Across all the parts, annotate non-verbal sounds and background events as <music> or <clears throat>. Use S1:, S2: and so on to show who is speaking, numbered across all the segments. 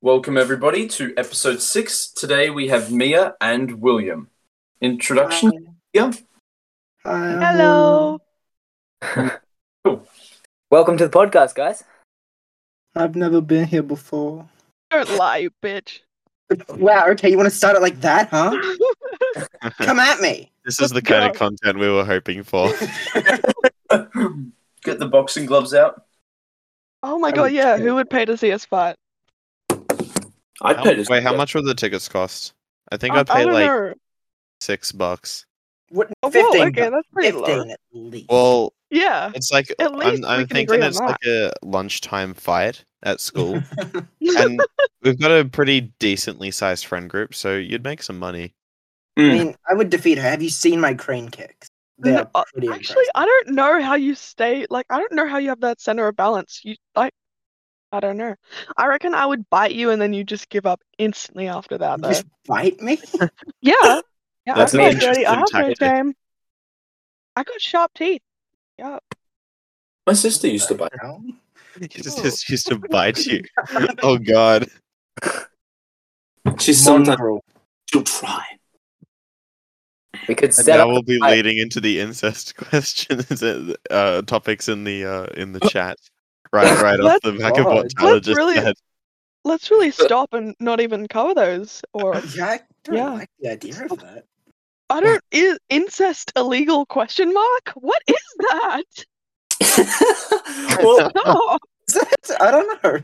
S1: Welcome, everybody, to episode six. Today we have Mia and William. Introduction? Yeah.
S2: Hi. I'm
S3: Hello.
S4: Welcome to the podcast, guys.
S2: Will. uh, I've never been here before.
S3: Don't lie, you bitch.
S2: Wow. Okay, you want to start it like that, huh? Come at me.
S5: This is the kind of content we were hoping for.
S1: <laughs> Get the boxing gloves out.
S3: <laughs> oh my
S2: I
S3: god,
S2: would
S3: yeah.
S2: kill
S3: Who would pay to see us fight?
S1: I'd
S5: How-
S1: pay to
S5: wait, how much will the tickets cost? I think
S3: I,
S5: I, paid
S3: don't
S5: like
S3: know.
S5: six bucks.
S2: What?
S3: Oh, whoa,
S2: Fifteen.
S3: okay, that's pretty low.
S2: Fifteen at least.
S5: Well,
S3: Yeah.
S5: it's like
S3: At least
S5: I'm,
S3: we
S5: I'm
S3: can agree on
S5: thinking <laughs>
S3: <laughs>
S5: it's
S3: that.
S5: like a lunchtime fight at school, and we've got a pretty decently sized friend group, so you'd make some money. <laughs>
S2: I mean, I would defeat her. Have you seen my crane kicks? They're
S3: No,
S2: pretty
S3: Actually, I don't know how you stay. Like, I don't know how you have that center of balance. You like, I don't know. I reckon I would bite you, and then you just give up instantly after that.
S2: impressive.
S5: <laughs>
S3: Though.
S2: Just bite me.
S3: yeah. Yeah.
S5: That's
S3: I'm
S5: an
S3: not dirty. I have
S5: interesting
S3: no
S5: tactic.
S3: shame. I got sharp
S5: <laughs>
S3: teeth. Yeah.
S1: My sister used to buy.
S2: Down.
S5: It's just used to bite
S3: <laughs>
S5: you. Oh god,
S1: She sometimes
S2: Mongrel.
S1: she'll try.
S4: We could
S5: and
S4: set
S5: that
S4: up.
S5: will be
S4: fight.
S5: leading into the incest <laughs> questions, and, uh, topics in the uh, in the chat. Right, right off
S3: Let's-
S5: the back of what
S2: Let's
S5: Tyler just
S3: really-
S5: said.
S3: Let's really
S5: Oh.
S1: But-
S3: stop and not even cover those, or
S2: Yeah, I don't
S3: Yeah.
S2: like the idea of that. <laughs>
S3: I don't is incest illegal question mark? What is that? <laughs> Oh,
S1: well,
S3: No.
S2: I don't know.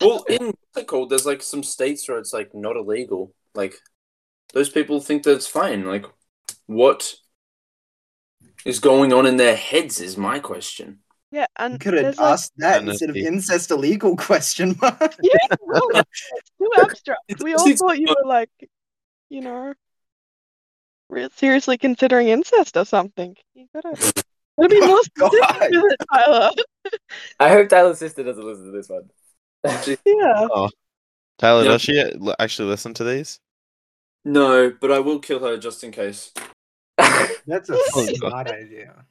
S1: well, in what's it called? There's like some states where it's like not illegal. Like those people think that it's fine. Like what is going on in their heads is my question.
S3: yeah,
S2: You
S3: and
S2: could have
S3: there's like,
S2: asked that
S5: Anarchy.
S2: instead of incest illegal question mark.
S3: yeah, well, it's too abstract.
S1: It's-
S3: We all
S1: it's-
S3: thought you were like, you know, re- seriously considering incest or something. You gotta, gotta be more
S2: God.
S3: specific with it, Tyler.
S4: <laughs> I hope Tyler's sister doesn't listen to this one.
S3: Yeah.
S5: Tyler,
S1: Yeah.
S5: does she uh, actually listen to these?
S1: No, but I will kill her just in case.
S2: That's a
S5: Oh, God.
S2: smart idea.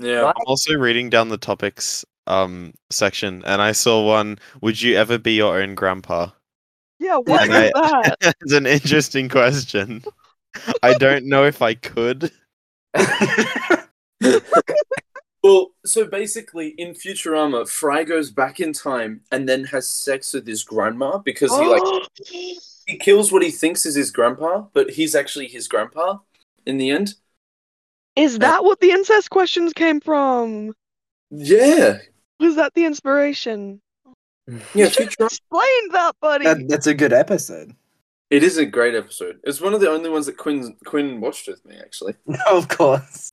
S1: Yeah.
S5: I'm also reading down the topics um section, and I saw one. Would you ever be your own grandpa? <laughs>
S3: Yeah, what
S5: And I-
S3: is that?
S5: It's an interesting question. I don't know if I could.
S1: Well, so basically, in Futurama, Fry goes back in time and then has sex with his grandma because he <gasps> like
S3: Oh,
S1: he kills what he thinks is his grandpa, but he's actually his grandpa in the end.
S3: is that what the incest questions came from?
S1: Yeah,
S3: Was that the inspiration?
S1: yeah.
S3: You should've
S1: Futurama.
S3: explained that,
S2: <laughs>
S3: buddy.
S2: That, that's a good episode.
S1: It is a great episode. It's one of the only ones that Quinn Quinn watched with me <laughs> actually.
S2: <laughs> of course.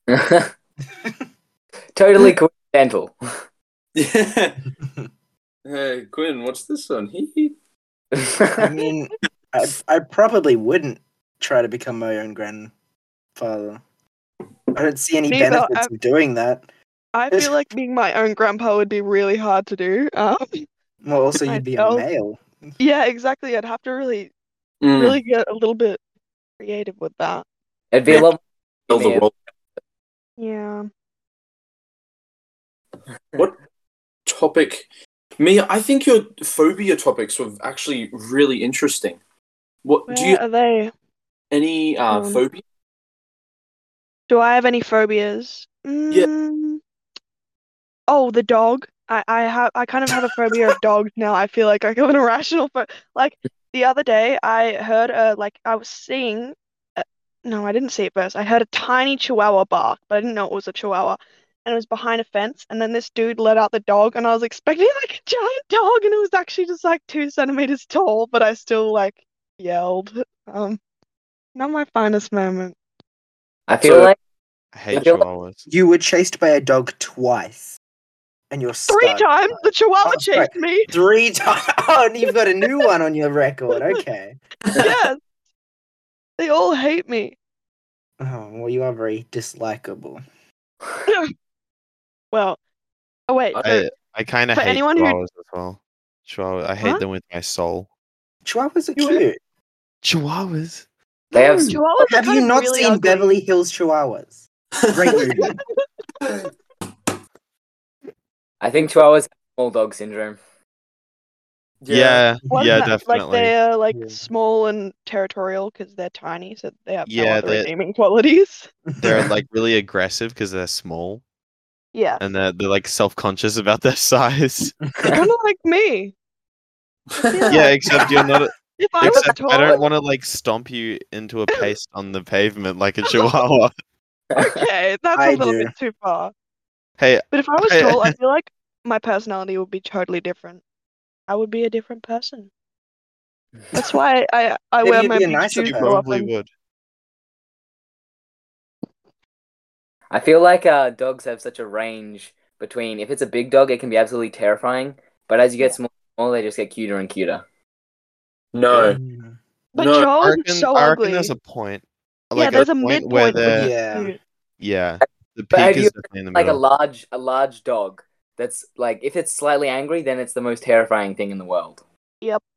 S4: totally coincidental.
S1: Yeah. hey, Quinn, watch this one. Hee hee.
S2: I mean, I, I probably wouldn't try to become my own grandfather. I don't see any
S3: Neither,
S2: benefits
S3: um,
S2: of doing that.
S3: I
S2: It's-
S3: feel like being my own grandpa would be really hard to do. Um,
S2: Well, also you'd be a
S3: myself.
S2: male.
S3: yeah, exactly. I'd have to really,
S1: Mm.
S3: really get a little bit creative with that.
S4: It'd be a lot.
S1: Tell the world.
S3: Yeah.
S1: <laughs> What topic? Mia, I think your phobia topics were actually really interesting. What
S3: Where
S1: do you have
S3: are they?
S1: any uh,
S3: Um,
S1: phobia?
S3: Do I have any phobias? Mm. Oh, the dog. I, I have I kind of have a phobia of dogs now. I feel like I have an irrational pho- like the other day I heard a like I was seeing uh, no, I didn't see it first. I heard a tiny chihuahua bark, but I didn't know it was a chihuahua. And it was behind a fence, and then this dude let out the dog, and I was expecting like a giant dog, and it was actually just like two centimeters tall, but I still like yelled. Um, not my finest moment.
S4: I feel
S1: So-
S4: like
S5: I hate
S4: feel like-
S5: chihuahuas.
S2: You were chased by a dog twice, and you're
S3: Three
S2: stuck.
S3: times the chihuahua
S2: Oh, sorry. <laughs>
S3: chased me.
S2: Three times. Oh, and you've got a
S3: <laughs>
S2: new one on your record. Okay.
S3: yes. They all hate me.
S2: Oh, well, you are very dislikable.
S3: Well, oh wait.
S1: I-
S3: no.
S5: I, um, I kind of
S3: For
S5: hate
S3: anyone who-
S5: chihuahuas as well. Chihuahua, I hate
S3: Huh?
S5: them with my soul.
S2: Chihuahuas are
S3: You-
S2: cute.
S5: Chihuahuas.
S4: they have.
S3: No,
S4: some-
S3: chihuahuas are
S2: Have
S3: kind
S2: you
S3: of
S2: not
S3: really
S2: seen
S3: ugly.
S2: Beverly Hills Chihuahuas?
S3: <laughs>
S2: Great movie.
S4: I think Chihuahuas have small dog syndrome.
S5: Yeah, yeah,
S3: Wasn't that- Like
S5: definitely.
S3: they're like
S2: Yeah.
S3: small and territorial because ththey're tiny, so they have no
S5: Yeah,
S3: other
S5: they-
S3: redeeming qualities.
S2: <laughs>
S5: They're like really aggressive because they're small <laughs>
S3: Yeah,
S5: and they're they're like self conscious about their <laughs> size.
S3: they're kind of like me.
S5: yeah, except you're not.
S3: If I was
S5: Except
S3: tall,
S5: I don't want to like stomp you
S3: <laughs>
S5: into a paste on the pavement like a chihuahua.
S3: okay, that's a
S2: I
S3: little
S2: do.
S3: bit too far.
S5: Hey,
S3: But if I
S5: <laughs>
S3: was
S5: I-
S3: tall, I feel like my personality would be totally different. I would be a different person. That's why I I
S2: Maybe
S3: wear
S2: you'd
S3: my
S2: be a
S3: big
S2: nicer
S3: shoes
S5: you
S2: person.
S3: so
S5: probably
S3: often.
S5: would.
S4: I feel like uh, dogs have such a range between if it's a big dog, it can be absolutely terrifying, but as you get smaller, smaller, they just get cuter and cuter.
S1: No.
S2: Mm.
S3: But
S1: No,
S5: I
S3: Charles
S5: reckon,
S3: is Oh, so
S5: I reckon
S3: ugly.
S5: there's a point.
S3: Yeah,
S5: Like
S3: there's
S5: a,
S3: a
S5: point where
S3: midpoint.
S5: they're
S2: yeah.
S5: yeah. The
S4: But have
S5: peak
S4: you
S5: is definitely in the
S4: Like a
S5: middle.
S4: large, a large dog. That's like if it's slightly angry, then it's the most terrifying thing in the world.
S2: Mm.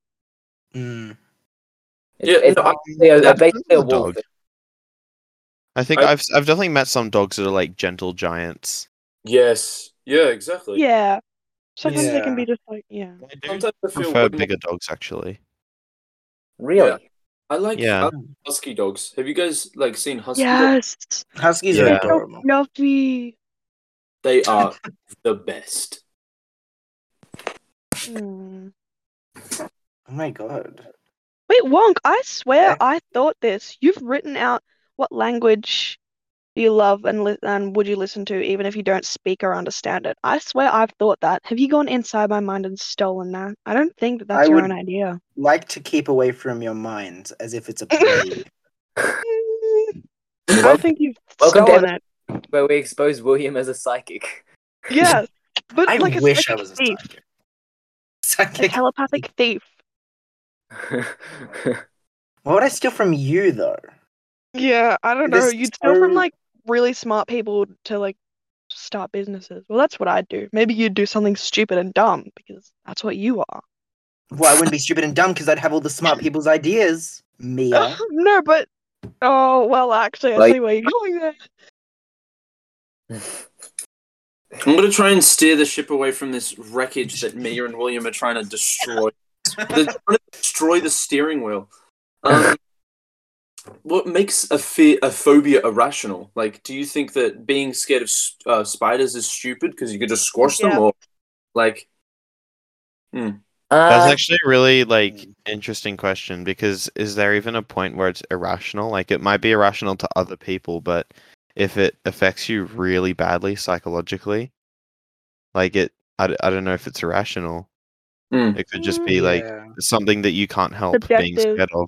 S4: It's,
S1: Yeah,
S4: it's
S1: no, I-
S4: basically a,
S5: that's
S4: basically a
S5: not a
S4: wolf.
S5: dog. I think
S1: I-
S5: I've I've definitely met some dogs that are like gentle giants.
S1: Yes. Yeah. Exactly.
S3: Yeah. Sometimes they can
S2: Yeah.
S3: be just like yeah.
S5: I do
S1: Sometimes I feel
S5: prefer
S1: way more-
S5: bigger dogs actually.
S4: Really?
S1: Yeah. I like
S5: Yeah.
S1: I like husky dogs. Have you guys like seen husky dogs?
S3: Yes.
S2: Huskies
S5: Yeah.
S2: are
S3: So
S2: adorable.
S3: fluffy.
S1: They are the best.
S3: Hmm.
S2: Oh my god.
S3: Wait, Wonk, I swear
S2: Yeah.
S3: I thought this. You've written out what language do you love and li and would you listen to even if you don't speak or understand it. I swear I've thought that. Have you gone inside my mind and stolen that? I don't think that that's
S2: I
S3: your
S2: would-
S3: own idea.
S2: Like to keep away from your mind as if
S3: <laughs>
S2: it's a plague.
S3: Mm, I
S4: Wel-
S3: think you've
S4: welcome to
S3: stolen it.
S4: Where we expose William as a psychic.
S3: Yes, but
S2: I
S3: like a
S2: wish I
S3: psychic
S2: was a
S3: thief,
S2: psychic.
S3: a
S2: Psychic.
S3: telepathic thief.
S2: What would I steal from you though?
S3: Yeah, I don't know.
S2: This
S3: You'd steal from
S2: so-
S3: like really smart people to like start businesses. Well, that's what I'd do. Maybe you'd do something stupid and dumb because that's what you are.
S2: Well, I wouldn't be stupid and dumb because I'd have all the
S3: <laughs>
S2: smart people's ideas. Mia.
S3: No, but oh well, actually, I
S4: Like-
S3: see where you're going there.
S1: I'm gonna try and steer the ship away from this wreckage that Mia and William are trying to destroy. They're trying to destroy the steering wheel. Um, what makes a fear, a phobia, irrational? Like, do you think that being scared of s- uh, spiders is stupid because you could just squash
S3: Yeah.
S1: them, or like,
S4: <laughs> Uh,
S5: That's actually a really like
S2: Mm.
S5: interesting question because is there even a point where it's irrational? Like it might be irrational to other people, but if it affects you really badly psychologically, like it, I, d- I don't know if it's irrational.
S1: Mm.
S5: It could just
S3: Mm.
S5: be like
S2: Yeah.
S5: something that you can't help being
S3: Subjective.
S5: scared of.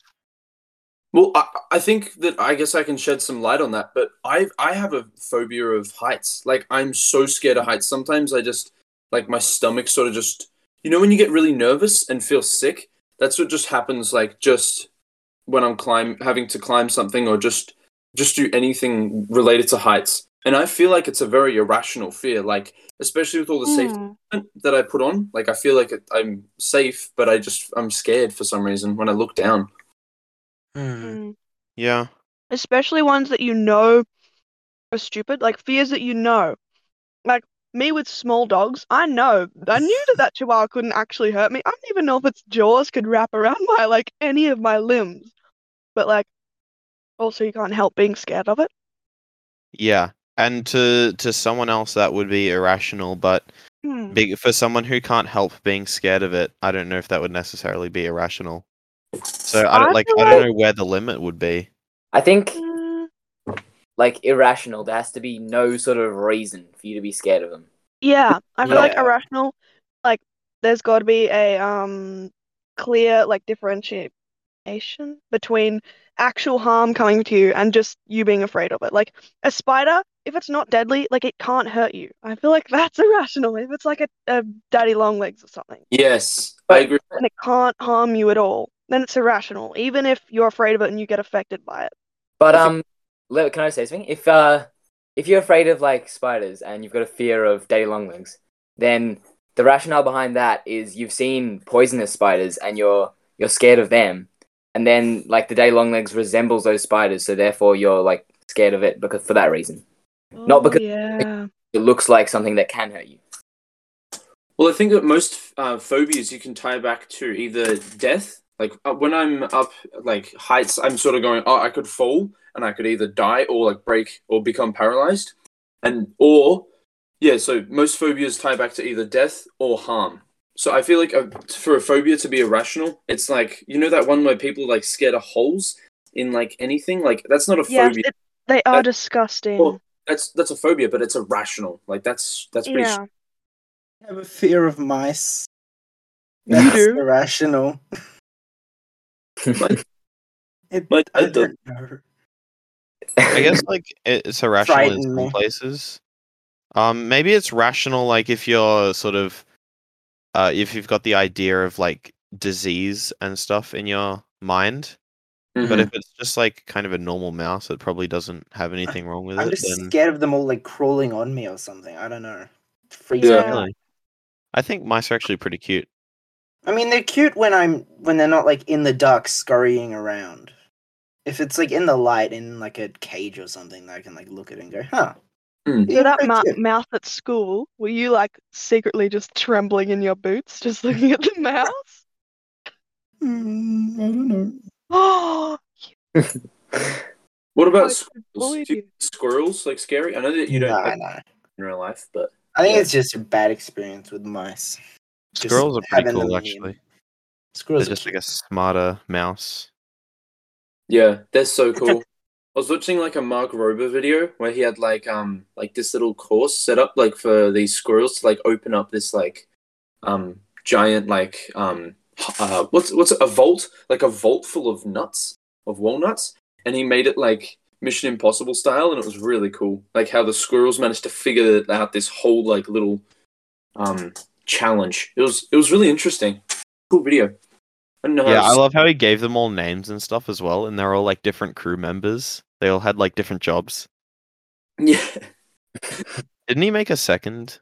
S1: well, I, I think that I guess I can shed some light on that. But I I have a phobia of heights. Like, I'm so scared of heights. Sometimes I just like my stomach sort of just you know when you get really nervous and feel sick. That's what just happens. Like just when I'm climb having to climb something or just just do anything related to heights. And I feel like it's a very irrational fear. Like especially with all the safety
S3: Hmm.
S1: equipment that I put on. Like I feel like it, I'm safe, but I just I'm scared for some reason when I look down.
S2: Hmm.
S3: Mm.
S5: Yeah.
S3: Especially ones that you know are stupid, like fears that you know. Like me with small dogs, I know. I knew that that chihuahua couldn't actually hurt me. I don't even know if its jaws could wrap around my like any of my limbs. But like also you can't help being scared of it.
S5: Yeah. And to to someone else that would be irrational, but
S3: Hmm.
S5: big, for someone who can't help being scared of it, I don't know if that would necessarily be irrational. So I
S3: I
S5: don't, like
S3: feel
S5: I don't
S3: like-
S5: know where the limit would be.
S4: I think
S3: Mm,
S4: like irrational. There has to be no sort of reason for you to be scared of them.
S3: Yeah, I feel like
S2: Yeah.
S3: irrational, like there's got to be a um clear like differentiation between actual harm coming to you and just you being afraid of it. Like a spider, if it's not deadly, like it can't hurt you. I feel like <laughs> that's irrational. If it's like a, a daddy long legs or something
S1: Yes, I
S4: But-
S1: agree.
S3: and it can't harm you at all, then it's irrational, even if you're afraid of it and you get affected by it.
S4: But
S1: I
S4: um, le- can I say something? If uh, if you're afraid of like spiders and you've got a fear of daddy longlegs, then the rationale behind that is you've seen poisonous spiders and you're you're scared of them, and then like the daddy longlegs resembles those spiders, so therefore you're like scared of it because for that reason. Not
S3: Oh,
S4: because-
S3: yeah.
S4: It looks like something that can hurt you.
S1: Well, I think that most uh, phobias you can tie back to either death. Like uh, when I'm up like heights, I'm sort of going, oh, I could fall and I could either die or like break or become paralyzed, and or yeah. So most phobias tie back to either death or harm. So I feel like a, for a phobia to be irrational, it's like you know that one where people like scared of holes in like anything. Like that's not a
S3: Yeah,
S1: phobia.
S3: it- they are
S1: That-
S3: disgusting.
S1: Well, that's that's a phobia, but it's irrational. Like that's that's pretty.
S3: yeah.
S2: I have a fear of mice.
S3: You
S2: That's
S3: do?
S2: irrational.
S4: <laughs>
S2: It,
S1: Like,
S2: I
S1: I don't-
S2: don't know.
S5: I guess
S2: <clears throat>
S5: like it- it's irrational in
S2: Frighten
S5: some
S2: me.
S5: places. Um, maybe it's rational like if you're sort of, uh, if you've got the idea of like disease and stuff in your mind.
S1: mm-hmm.
S2: Mm-hmm.
S5: But if it's just like kind of a normal mouse that probably doesn't have anything wrong with
S2: I'm
S5: it,
S2: just
S5: then
S2: scared of them all like crawling on me or something. I don't know. It
S1: <laughs>
S2: freaks
S1: Yeah.
S2: me out.
S5: Really. I think mice are actually pretty cute.
S2: I mean, they're cute when I'm when they're not like in the dark scurrying around. If it's like in the light in like a cage or something, I can like look at it and go, huh.
S1: Hmm.
S2: you're
S3: So that
S2: pretty
S3: ma-
S2: cute."
S3: mouse at school, were you like secretly just trembling in your boots, just looking at the <laughs> mouse? <gasps>
S2: Mm, I don't know.
S3: Oh,
S1: what
S3: I
S1: about squirrels?
S3: bullied
S1: Do you
S3: you.
S1: think squirrels like scary? I know that you don't
S2: Nah,
S1: like
S2: nah.
S1: in real life, but
S2: I think
S1: Yeah.
S2: it's just a bad experience with mice. Just
S5: Squirrels are pretty
S2: having
S5: cool
S2: them in-
S5: actually. They're
S2: Squirrels are
S5: just like
S2: cute.
S5: a smarter mouse.
S1: yeah, they're so cool. I was watching like a Mark Rober video where he had like um like this little course set up like for these squirrels to like open up this like um giant like um h- uh what's what's it, a vault like a vault full of nuts of walnuts and he made it like Mission Impossible style and it was really cool like how the squirrels managed to figure out this whole like little um challenge it was it was really interesting cool video I don't know how
S5: Yeah,
S1: it's-
S5: I love how he gave them all names and stuff as well, and they're all like different crew members. They all had like different jobs.
S1: <laughs> yeah.
S5: Didn't he make a second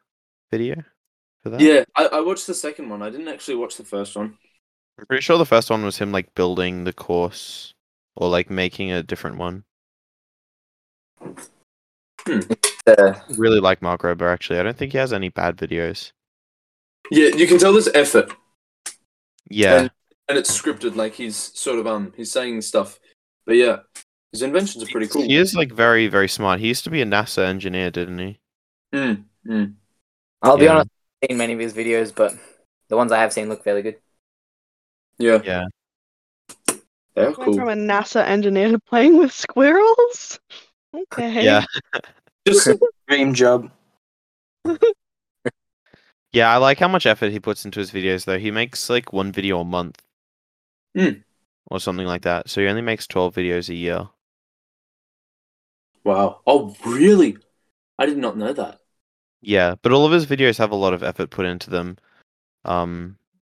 S5: video for that?
S1: Yeah, I, I watched the second one. I didn't actually watch the first one.
S5: I'm pretty sure the first one was him like building the course or like making a different one.
S4: Uh,
S5: Really like Mark Rober actually. I don't think he has any bad videos.
S1: Yeah, you can tell there's effort,
S5: Yeah.
S1: And, and it's scripted. Like he's sort of um, he's saying stuff. But yeah, his inventions are pretty cool.
S5: He is like very, very smart. He used to be a NASA engineer, didn't he?
S1: Mm, mm.
S4: I'll be
S5: Yeah.
S4: honest, I haven't seen many of his videos, but the ones I have seen look fairly good.
S1: Yeah,
S5: Yeah.
S1: they are
S3: went
S1: cool.
S3: from a NASA engineer to playing
S1: <laughs>
S3: with squirrels? Okay.
S5: Yeah.
S1: Just
S2: Dream job.
S5: Yeah, I like how much effort he puts into his videos though. He makes like one video a month.
S1: Hmm.
S5: Or something like that. So he only makes twelve videos a year.
S1: <laughs> wow. Oh, really? I did not know that. <laughs>
S5: Yeah, but all of his videos have a lot of effort put into them. Um,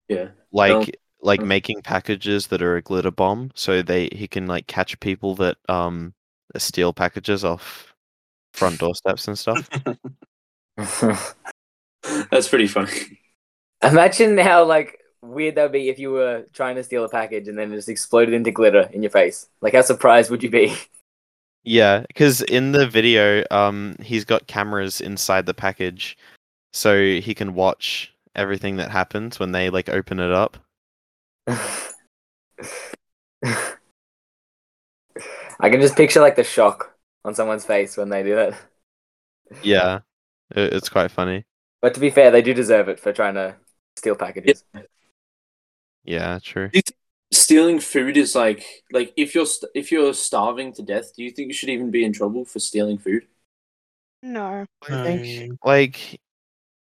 S1: Yeah.
S5: like
S1: Well-
S5: like
S1: Mm.
S5: making packages that are a glitter bomb, so they he can like catch people that um steal packages off
S1: <laughs>
S5: front doorsteps and stuff.
S1: That's pretty funny.
S4: Imagine how like weird that'd be if you were trying to steal a package and then it just exploded into glitter in your face. Like how surprised would you be? <laughs>
S5: Yeah, because in the video, um, he's got cameras inside the package, so he can watch everything that happens when they like open it
S1: <laughs>
S5: up.
S4: I can just picture like the shock on someone's face when they do that.
S5: Yeah, it, it's quite funny.
S4: But to be fair, they do deserve it for trying to steal packages.
S5: Yeah, true.
S1: Stealing food is like like if you're st- if you're starving to death, do you think you should even be in trouble for stealing food?
S3: No.
S5: I think like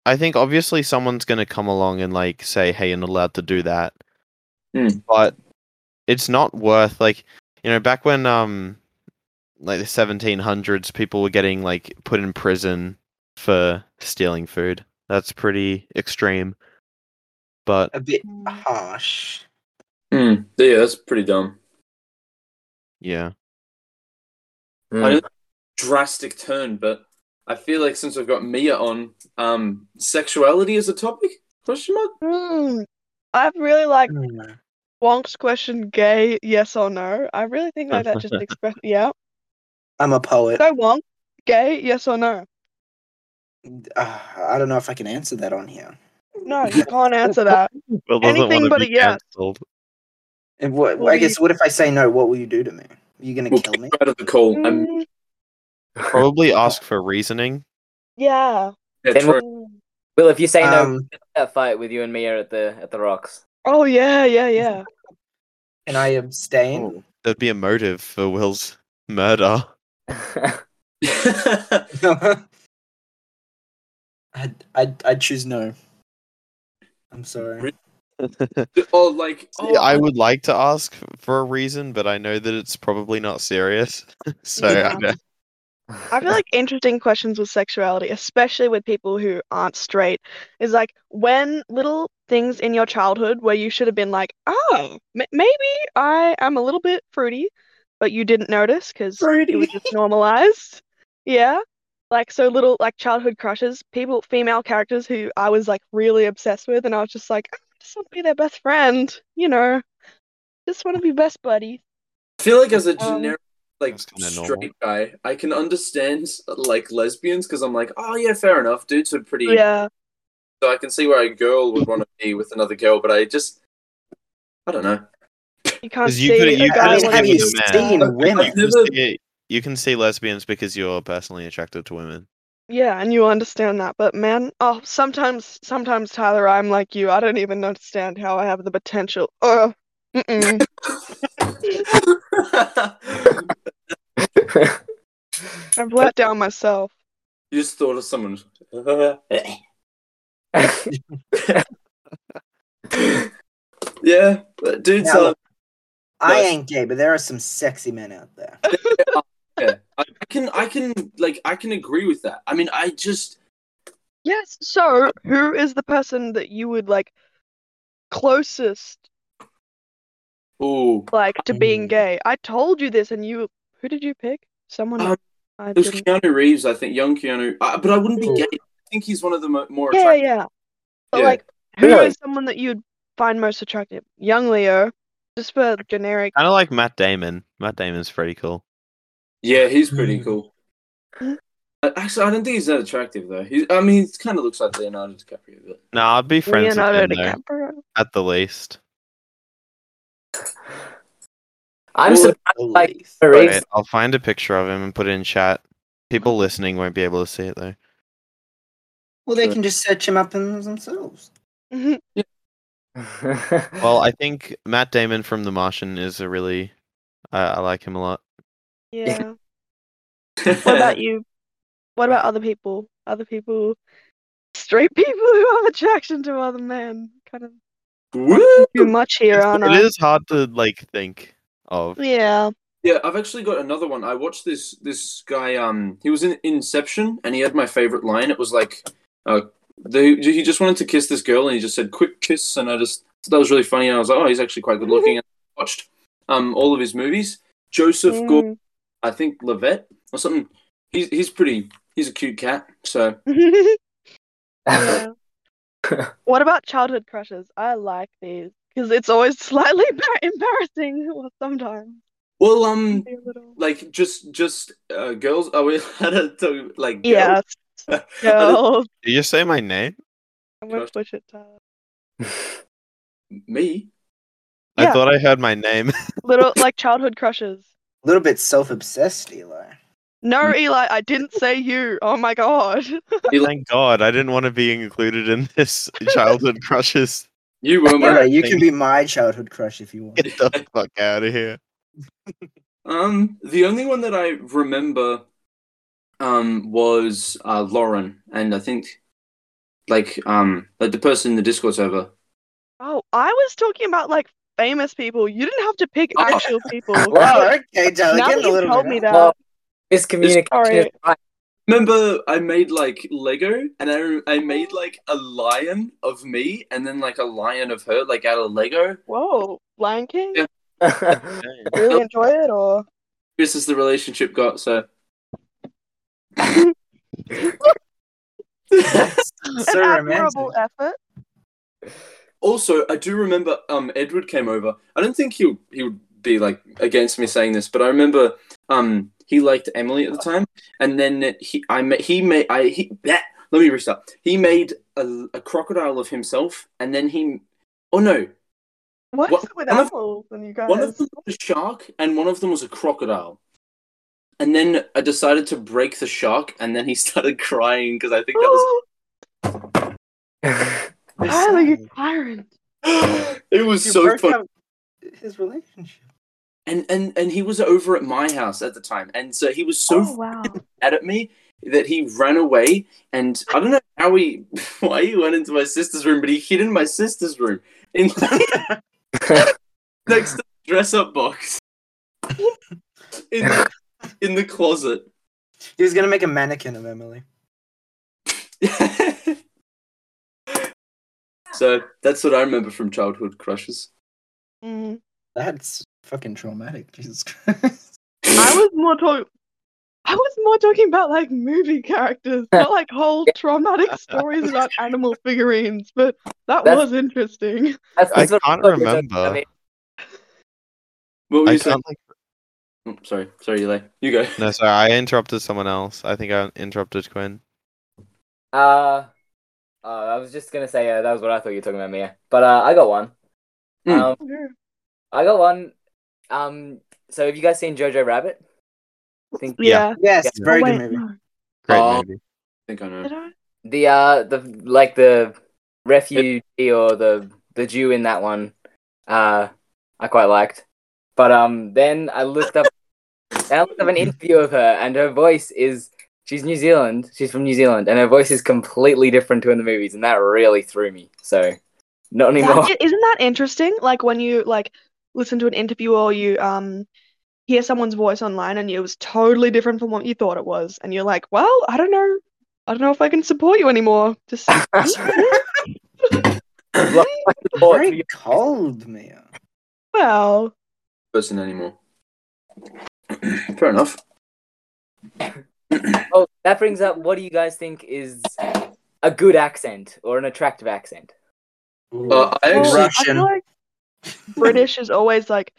S5: I think obviously someone's gonna come along and like say, "Hey, you're not allowed to do that,"
S1: Mm.
S5: but it's not worth like you know back when um like the 1700s people were getting like put in prison for stealing food. That's pretty extreme, but
S2: A bit harsh.
S1: Mm. Yeah, that's pretty dumb.
S5: yeah,
S4: Mm.
S1: I know drastic turn, but I feel like since I've got Mia on, um, sexuality is a topic? Question mark?
S3: Mm. I really like
S1: Hmm.
S2: Mm.
S3: Wonk's question gay, yes or no. I really think like that just express yeah.
S2: I'm a poet.
S3: Go Wonk. Gay, yes or no.
S2: Ah, Uh, I don't know if I can answer that on here.
S3: No, you can't answer that.
S5: Will doesn't
S3: Anything
S5: wanna
S3: but
S5: be
S3: a yes.
S5: cancelled.
S2: And what?
S3: What
S2: I
S3: do
S2: guess. What if I say no? What will you do to me? Are you gonna
S1: We'll
S2: kill
S1: kick
S2: me?
S1: you out of the call. <laughs> I'm,
S3: Mm,
S5: Probably ask for reasoning.
S3: yeah.
S1: yeah,
S4: Then
S1: try-
S3: Mm.
S4: Will, if you say no,
S2: Um,
S4: that fight with you and Mia at the at the rocks.
S3: Oh yeah, yeah, yeah.
S2: can I abstain?
S5: There'd be a motive for Will's murder.
S2: <laughs> I I I choose no. I'm sorry.
S5: <laughs>
S1: or like, <laughs> oh,
S5: Yeah, I would like to ask for a reason, but I know that it's probably not serious. <laughs> so I
S2: Yeah.
S5: don't-
S3: I feel like interesting questions with sexuality, especially with people who aren't straight, is like when little things in your childhood where you should have been like, oh, m- maybe I am a little bit fruity, but you didn't notice because it was just normalized. Yeah. Like so little like childhood crushes, people, female characters who I was like really obsessed with, and I was just like, I just want to be their best friend, you know, just want to be best buddy.
S1: I feel like as a
S3: Um,
S1: generic like
S5: That's kinda normal.
S1: straight guy, I can understand like lesbians because I'm like, oh yeah, fair enough. Dudes are pretty.
S3: Yeah.
S1: So I can see where a girl would want to be with another girl, but I just, I don't
S3: <laughs>
S1: know.
S3: You can't
S5: 'Cause you
S3: see
S5: could've-
S3: a
S5: you
S3: guy
S5: could've
S2: Guys,
S5: Guys,
S3: when
S2: have
S5: have
S3: he's
S2: you
S5: you a man.
S2: seen women?
S1: I've never-
S5: Yeah, you can see lesbians because you're personally attracted to women.
S3: Yeah, and you understand that, but man, oh, sometimes, sometimes Tyler, I'm like you. I don't even understand how I have the potential. Oh, mm-mm. I've let down myself.
S1: you just thought of someone. <laughs> <laughs> yeah, but dudes
S2: Now,
S1: are.
S2: look, I
S1: Yes.
S2: ain't gay, but there are some sexy men out there.
S1: Yeah, I I can, I can, like, I can agree with that. I mean, I just,
S3: Yes, so who is the person that you would like closest
S1: oh,
S3: like to being
S2: Mm.
S3: gay? I told you this, and you, who did you pick? Someone
S1: Um,
S3: I
S1: it was
S3: didn't.
S1: Keanu Reeves, I think, young Keanu. Uh, but I wouldn't be
S2: Ooh.
S1: gay. I think he's one of the mo- more
S3: Yeah,
S1: attractive.
S3: yeah. But
S1: Yeah.
S3: like, who
S4: Really?
S3: is someone that you'd find most attractive? Young Leo, just for generic.
S5: Kind of like Matt Damon. Matt Damon's pretty cool.
S1: Yeah, he's pretty
S3: Hmm.
S2: Mm.
S1: cool.
S3: Mhm.
S1: Uh, Actually, I don't think he's that attractive though. He, I mean, he kind of looks like Leonardo DiCaprio, but
S5: No, I'd be friends
S3: Leonardo
S5: with him though,
S3: DiCaprio. <laughs>
S5: at the least.
S4: <laughs> I'm
S1: Well,
S4: surprised like Reeves
S5: Alright, I'll find a picture of him and put it in chat. People listening won't be able to see it though.
S2: Well, they can just search him up in themselves.
S4: <laughs>
S5: Well, I think Matt Damon from The Martian is a really. I I like him a lot.
S3: Yeah. What
S1: <laughs>
S3: about you? What about other people? Other people, straight people who have attraction to other men. Kind of
S1: Woo!
S3: too much here, aren't I?
S5: It is hard to like think of.
S3: Yeah.
S1: Yeah, I've actually got another one. I watched this this guy. Um, he was in Inception, and he had my favorite line. It was like, uh, the, he just wanted to kiss this girl, and he just said "quick kiss," and I just that was really funny. And I was like, oh, he's actually quite good
S3: <laughs>
S1: looking. And I watched um all of his movies. Joseph Gordon,
S3: Mm.
S1: I think Levette or something. He's he's pretty. He's a cute cat. So
S3: Mm. <laughs>
S5: <laughs>
S3: Yeah. What about childhood crushes? I like these because it's always slightly <laughs> embar- embarrassing <laughs> well, sometimes.
S1: well, um,
S3: They're little-
S1: like just just uh, girls are we <laughs> allowed to talk like
S3: Yeah.
S5: <laughs>
S1: girls? don't-
S3: girls.
S5: Did you say my name?
S3: I'm gonna
S1: Gosh.
S3: push it down.
S1: me
S5: I
S3: Yeah.
S5: thought I heard my name.
S3: Little like childhood crushes.
S2: A little bit self-obsessed, Eli.
S5: Mm.
S3: No, Eli, I didn't say you. Oh my god.
S5: Thank God, I didn't want to be included in
S3: <laughs>
S5: this childhood crushes.
S1: you were my
S2: Eli, you can
S5: Thank
S2: be my childhood crush if you want. <laughs>
S3: <laughs>
S5: Get the fuck out of here.
S1: um the only one that I remember um was uh Lauren and I think like um like the person in the Discord server.
S3: Oh, I was talking about like famous people. You didn't have to pick
S1: Oh.
S3: actual
S1: <laughs>
S3: people.
S2: Wow, okay, Tyler, getting
S3: Now that
S2: a
S3: you
S2: little
S3: told
S2: bit
S3: me
S2: out.
S3: that,
S4: Well, miscommunication. is
S3: Alright.
S4: right.
S1: Remember I made like Lego and I I made like a lion of me and then like a lion of her like out of Lego.
S3: whoa, Lion King,
S1: Yeah.
S3: really enjoy it or?
S1: This is the relationship got so
S2: <laughs> So
S3: An
S2: romantic.
S3: admirable effort.
S1: Also, I do remember um, Edward came over. I don't think he he would be like against me saying this, but I remember um, he liked Emily at the time, and then he I ma- he made I he that let me restart. He made a, a crocodile of himself, and then he. Oh no!
S3: What
S1: One-
S3: is it with
S1: one of-
S3: animals and you guys?
S1: One of them was a shark, and one of them was a crocodile. And then I decided to break the shark, and then he <laughs> started crying because I think that
S3: <gasps> Tyler, you tyrant.
S2: <gasps>
S1: was. it was
S2: You
S1: so
S2: broke
S1: funny.
S2: up His relationship.
S1: And, and and he was over at my house at the time, and so he was so
S3: oh wow.
S1: mad at me that he ran away and I don't know how he <laughs> why he went into my sister's room, but he hid in my sister's room in <laughs> next to the dress up
S5: <laughs>
S1: box. In in the closet. <laughs>
S2: He was gonna make a mannequin of Emily.
S1: so that's what I remember from childhood crushes.
S3: Mm.
S2: That's fucking traumatic. Jesus <laughs> Christ.
S3: I was more talking. I was more talking about like
S1: <laughs>
S3: movie characters, not like whole traumatic stories about animal figurines. But that
S4: That's-
S3: was interesting.
S4: <laughs>
S3: <laughs>
S4: That's-
S5: I
S4: that's what-
S5: can't
S4: what you're talking-
S5: remember.
S4: I mean,
S1: What were
S5: I
S1: you saying?
S5: can't, like,
S1: Oh, sorry, sorry, Eli. You go.
S5: no, sorry, I interrupted someone else. I think I interrupted Quinn.
S4: uh, uh, I was just gonna say uh, that was what I thought you were talking about, Mia. But uh, I got one.
S1: Hmm.
S4: Um, I got one. Um, so have you guys seen Jojo Rabbit? I think
S5: Yeah.
S3: Yeah.
S2: Yes,
S5: Yeah.
S2: very
S3: Oh,
S2: good
S3: wait,
S2: movie.
S3: no.
S5: Great
S1: Oh.
S5: movie.
S1: I think I know.
S3: Did I?
S4: the uh the like the refugee or the the Jew in that one, uh, I quite liked. But um, then I looked up, I looked up an interview of her, and her voice is she's New Zealand, she's from New Zealand, and her voice is completely different to in the movies, and that really threw me. So, not anymore.
S3: That, isn't that interesting? Like when you like listen to an interview or you um hear someone's voice online and it was totally different from what you thought it was, and you're like, well, I don't know, I don't know if I can support you anymore. Just
S2: <laughs>
S4: <laughs>
S3: Oh,
S2: Very cold, Mia.
S3: well,
S1: Person anymore. <clears throat> Fair enough.
S4: Oh, that brings up what do you guys think is a good accent or an attractive accent?
S1: Uh, I
S3: well,
S1: actually
S3: Oh, I
S2: Russian.
S3: feel like British is always like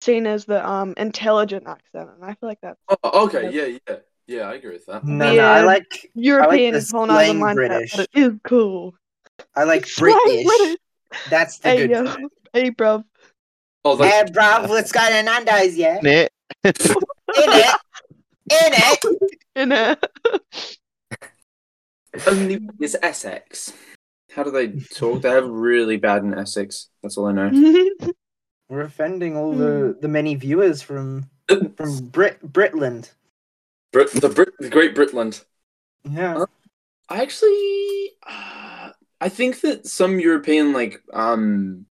S3: seen as the um intelligent accent, and I feel like that's
S1: Oh, okay, yeah, yeah. Yeah, I agree with that.
S2: no, no, I
S3: Yeah.
S2: like
S3: European
S2: the
S3: is a whole nother
S2: slang
S3: mindset,
S2: British.
S3: but it is cool.
S2: I
S3: <laughs>
S2: like
S3: Slang
S2: British.
S3: British.
S2: That's the
S3: Hey
S1: <laughs>
S2: good.
S3: yo,
S2: kind.
S3: hey bruv.
S1: Oh, that's
S2: Hey, bro, let's go to Nando's, yeah.
S1: <laughs>
S2: In
S5: Nah,
S2: it,
S1: <laughs>
S2: in it. <laughs>
S3: In it.
S1: only one is Essex. How do they talk? They have really bad in Essex. That's all I
S3: Mm-hmm.
S1: know.
S3: Wait,
S2: We're offending all the,
S3: Hmm.
S2: the many viewers from
S1: Uh,
S2: from Brit Britland.
S1: Brit, the Brit, the Great Britland.
S2: Yeah.
S1: Huh? I actually, uh, I think that some European like um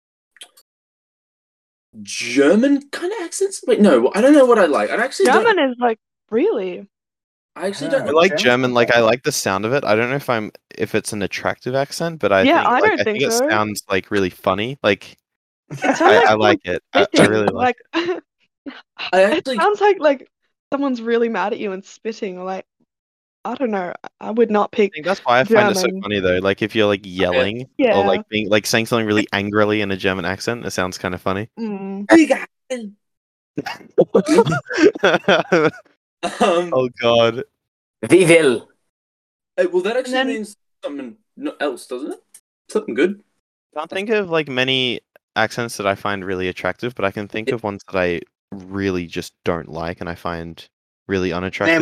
S1: German kind of accents. Wait, no, I don't know what I like. I actually
S3: German
S1: Don't,
S3: is like really.
S1: I actually
S2: Ah.
S1: don't.
S5: <laughs> I
S1: know.
S5: like
S2: Okay.
S5: German. Like I like the sound of it. I don't know if I'm if it's an attractive accent, but I
S3: Yeah,
S5: think,
S3: I
S5: like,
S3: don't
S5: I think,
S3: think
S5: it
S3: so.
S5: sounds like really funny. Like
S3: It sounds
S1: uh,
S5: I,
S3: like
S5: I like it. I,
S3: someone's
S5: I
S3: spitting, <laughs>
S5: really like.
S3: like
S1: I
S3: it
S1: actually
S3: sounds like like someone's really mad at you and spitting or like I don't know. I would not
S5: I
S3: pick
S5: think that's why I find it so
S3: German.
S5: funny though. Like if you're
S1: <laughs>
S5: like yelling
S3: yeah.
S5: or like being like saying something really angrily in a German accent, it sounds kind
S3: <laughs>
S5: of funny. <laughs>
S3: mm.
S1: um.
S5: oh god.
S4: Vivil.
S1: eh, Well, that actually
S3: then-
S1: means something no- else, doesn't it? Something <laughs> good.
S5: Can't think of like many accents that I find really attractive, but I can think of ones that I really just don't like and I find really unattractive.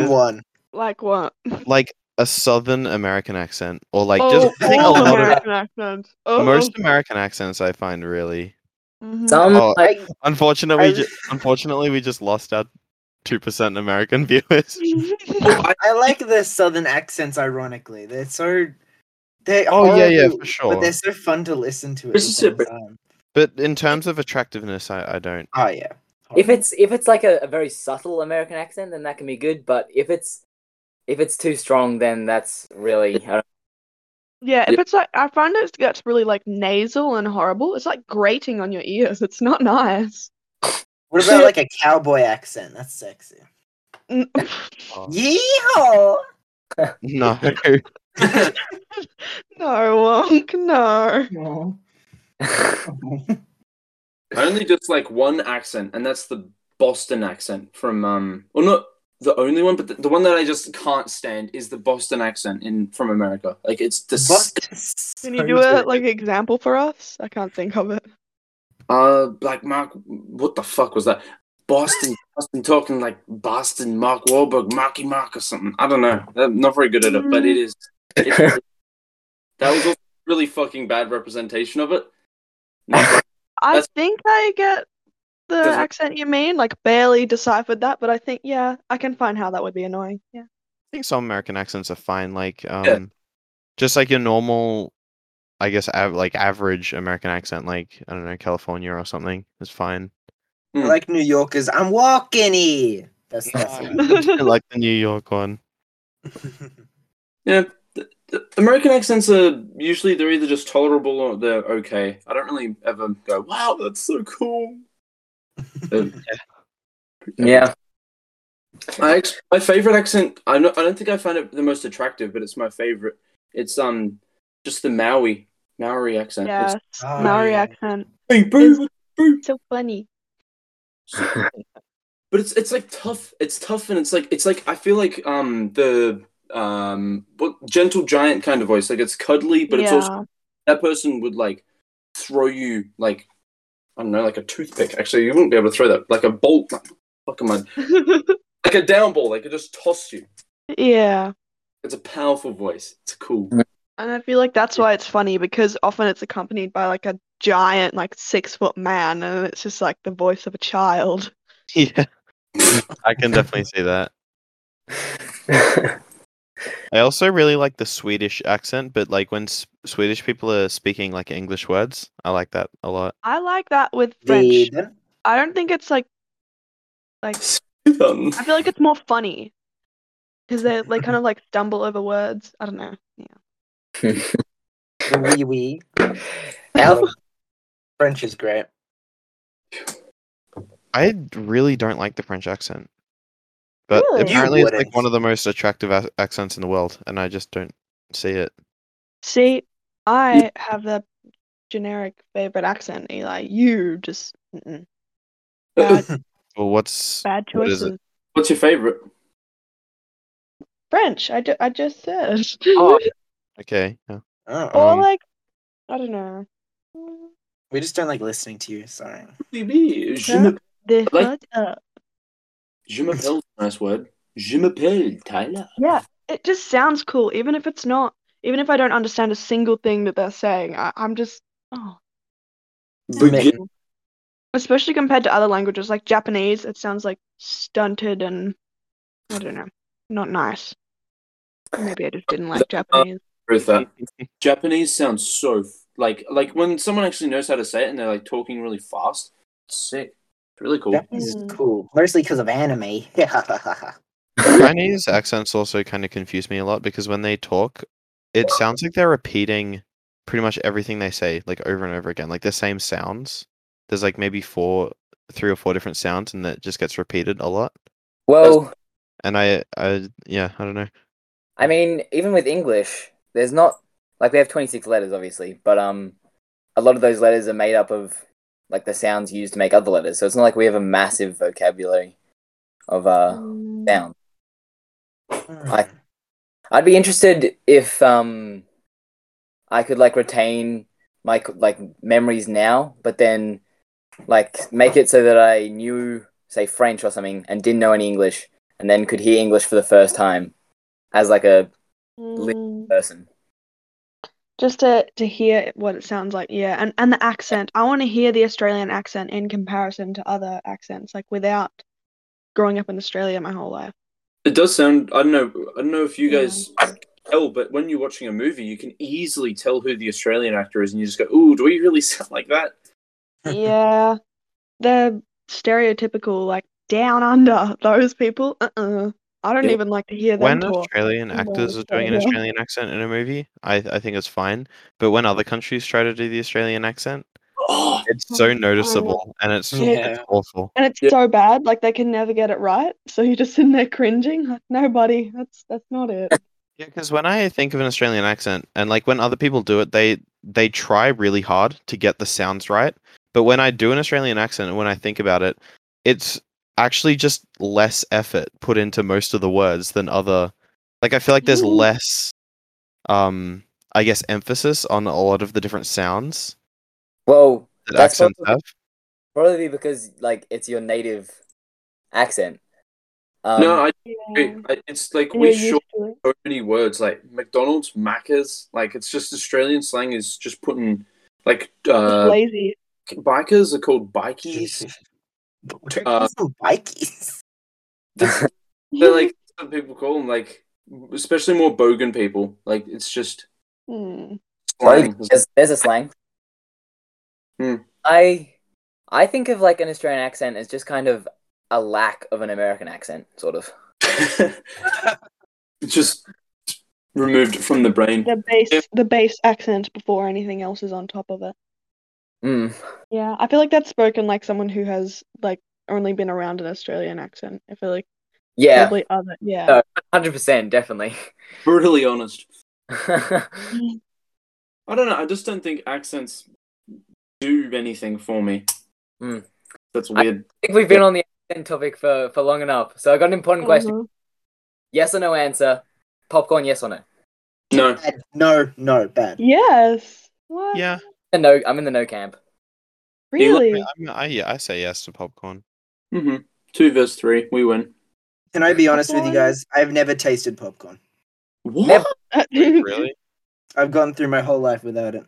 S2: <laughs> Name one.
S3: like what?
S5: Like a Southern American accent, or like
S3: oh,
S5: just I think a
S3: all
S5: lot of
S3: American accents. Oh,
S5: most American accents I find really.
S3: mhm. <laughs>
S4: Some
S5: Oh,
S4: like,
S2: I,
S5: Unfortunately,
S2: I- <laughs>
S5: ju- unfortunately, we just lost our two percent American <laughs> viewers.
S2: I like the southern accents. Ironically, they're so they.
S5: Oh yeah, yeah, for
S2: But
S5: sure.
S2: they're so fun to listen to at the same
S1: Mississippi.
S2: time.
S5: But in terms of attractiveness, I, I don't.
S2: Oh yeah.
S4: if it's if it's like a, a very subtle American accent, then that can be good. But if it's if it's too strong, then that's really I don't-
S3: yeah, if it's like I find it gets really like nasal and horrible. It's like grating on your ears. It's not nice.
S2: What about like a cowboy accent? That's sexy.
S3: Mm.
S5: Oh.
S2: Yeehaw!
S5: <laughs> No,
S3: <laughs> no, Wonk,
S5: <laughs>
S3: no.
S1: I only just like one accent, and that's the Boston accent from um. Well, not the only one, but the, the one that I just can't stand is the Boston accent in from America. Like it's disgusting.
S3: Can you do a like example for us? I can't think of it.
S1: Uh, Black Mark, what the fuck was that? Boston, Boston talking like Boston, Mark Wahlberg, Marky Mark or something. I don't know. I'm not very good at it, but it is. it's really- that was a really fucking bad representation of it. No,
S3: I
S1: That's-
S3: think I get the
S1: Doesn't-
S3: accent you mean. Like barely deciphered that, but I think yeah, I can find how that would be annoying. Yeah.
S5: think some American accents are fine. Like, um, just like your normal, I guess, av- like average American accent, like I don't know, California or something, is fine.
S2: I like New Yorkers. I'm walking here. That's <laughs>
S4: <laughs>
S2: that's it.
S5: I like the New York one. <laughs>
S1: yeah, th- th- American accents are usually they're either just tolerable or they're okay. I don't really ever go, "Wow, that's so cool." Um,
S4: Yeah.
S1: My ex- my favorite accent. I don't, I don't think I find it the most attractive, but it's my favorite. It's um just the Maui Maori accent.
S3: Yeah.
S1: It's-
S3: s-
S2: Oh,
S3: Maori
S2: yeah.
S3: accent.
S1: Hey, boo, boo.
S3: So funny.
S1: <laughs> But it's it's like tough. It's tough, and it's like it's like I feel like um the um what gentle giant kind of voice. Like it's cuddly, but it's also
S3: Yeah.
S1: that person would like throw you like I don't know, like a toothpick. Actually, you wouldn't be able to throw that like a bolt. Fucking man, like a down ball. They could just toss you.
S3: <laughs> yeah.
S1: It's a powerful voice. It's cool. <laughs>
S3: And I feel like that's why it's funny because often it's accompanied by like a giant, like six foot man, and it's just like the voice of a child.
S5: Yeah, I can definitely see that. I also really like the Swedish accent, but like when s- Swedish people are speaking like English words, I like that a lot.
S3: I like that with French.
S2: The-
S3: I don't think it's like
S1: Um,
S3: I feel like it's more funny because they they
S5: <laughs>
S3: kind of like stumble over words. I don't know. Yeah.
S2: the wee wee.
S4: Alf-
S2: French is great.
S5: I d- really don't like the French accent, but
S3: Really? You
S5: apparently it's like
S2: wouldn't.
S5: one of the most attractive ac- accents in the world, and I just don't see it.
S3: See, I have the generic favorite accent, Eli. You just mm-mm. bad,
S5: <laughs> Well, what's
S3: bad
S5: What is it?
S3: choices.
S1: What's your favorite?
S3: French. I, ju- I just said.
S1: Oh.
S5: okay? Yeah.
S2: Oh,
S3: <laughs> or
S5: Um,
S3: like, I don't know. Mm,
S2: we just don't like listening to you. Sorry.
S1: BB. Je
S3: Yeah.
S1: m'appelle-
S3: This
S1: like-
S3: one, uh,
S1: je m'appelle, nice word. Je m'appelle Tyler.
S3: yeah, it just sounds cool, even if it's not, even if I don't understand a single thing that they're saying. I, I'm just oh,
S1: Begin-
S3: especially compared to other languages like Japanese. It sounds like stunted and I don't know, not nice. Maybe I just didn't like Japanese.
S1: with that.
S2: <laughs>
S1: Japanese sounds so f- like like when someone actually knows how to say it and they're like talking really fast. It's sick. It's really cool.
S2: Japanese is
S3: Mm.
S2: cool, mostly because of anime. <laughs>
S5: Chinese accents also kind of confuse me a lot because when they talk, it sounds like they're repeating pretty much everything they say, like over and over again, like the same sounds. There's like maybe four, three or four different sounds, and that just gets repeated a lot.
S4: well,
S5: And I, I, yeah, I don't know.
S4: I mean, even with English, there's not like we have 26 letters, obviously, but um, a lot of those letters are made up of like the sounds used to make other letters. So it's not like we have a massive vocabulary of uh
S3: Mm.
S4: sound.
S2: I,
S4: I'd be interested if um, I could like retain my c- like memories now, but then like make it so that I knew say French or something and didn't know any English, and then could hear English for the first time as like a
S3: Mm,
S4: person.
S3: Just to to hear what it sounds like, yeah, and and the accent. I want to hear the Australian accent in comparison to other accents, like without growing up in Australia my whole life.
S1: It does sound. I don't know. I don't know if you
S3: Yeah.
S1: guys tell, but when you're watching a movie, you can easily tell who the Australian actor is, and you just go, "Ooh, do we really <laughs> sound like that?"
S3: Yeah, the stereotypical like down under <laughs> those people. Uh-uh. I don't
S1: Yeah.
S3: even like to hear them
S5: When
S3: talk.
S5: Australian
S3: Well,
S5: actors are doing an
S3: yeah.
S5: Australian accent in a movie, I, I think it's fine. But when other countries try to do the Australian accent,
S1: Oh,
S5: it's so noticeable and it's,
S2: Yeah.
S5: it's awful.
S3: And it's
S1: Yeah.
S3: so bad, like they can never get it right. So you're just sitting there cringing, like, no, buddy, that's that's
S1: <laughs>
S3: not it.
S5: Yeah, because when I think of an Australian accent, and like when other people do it, they they try really hard to get the sounds right. But when I do an Australian accent, and when I think about it, it's actually just less effort put into most of the words than other like I feel like there's
S3: Ooh.
S5: less um I guess emphasis on a lot of the different sounds
S4: Well,
S5: that
S4: That's
S5: accents
S4: probably-
S5: have.
S4: probably because like it's your native accent. Um,
S1: no, I
S3: Yeah.
S1: agree. Like, It's like
S3: And
S1: we
S3: you're used
S1: short
S3: to it.
S1: so many words, like McDonald's, Macca's. Like it's just Australian slang is just putting like
S3: Just
S1: uh,
S3: lazy.
S1: bikers are called bikies. Uh,
S2: bikies.
S1: They're like some people call them like, especially more bogan people. Like it's just
S3: <laughs> Hmm.
S4: Probably
S1: slang. <laughs>
S4: because there's a slang.
S1: Hmm.
S4: I I think of like an Australian accent as just kind of a lack of an American accent, sort of.
S1: It's just removed from the brain.
S3: The base,
S1: Yeah.
S3: the base accent before anything else is on top of it.
S4: Mm.
S3: Yeah, I feel like that's spoken like someone who has like only been around an Australian accent. I feel like
S4: Yeah,
S3: probably other, yeah.
S1: Uh,
S4: No. hundred percent, definitely. <laughs>
S1: Brutally honest.
S4: I
S1: I don't know. I just don't think accents do anything for me.
S4: Hmm.
S1: That's
S4: I-
S1: weird.
S4: think we've been on the accent topic for for long enough. So I got an important question:
S2: Uh-huh.
S3: Mhm.
S4: yes or no answer. Popcorn, yes or no?
S1: no.
S2: <laughs> Bad. No, no, bad.
S3: Yes. What?
S5: Yeah.
S4: And no, I'm in the no camp.
S1: You look-
S3: <laughs> Really?
S5: I'm, I yeah, I say yes to popcorn.
S1: hmm Two versus three. We win.
S2: Can I be honest with you
S3: Popcorn.
S2: guys? I've never tasted popcorn.
S1: What?
S4: Never.
S5: Really?
S2: I've gone through my whole life without it.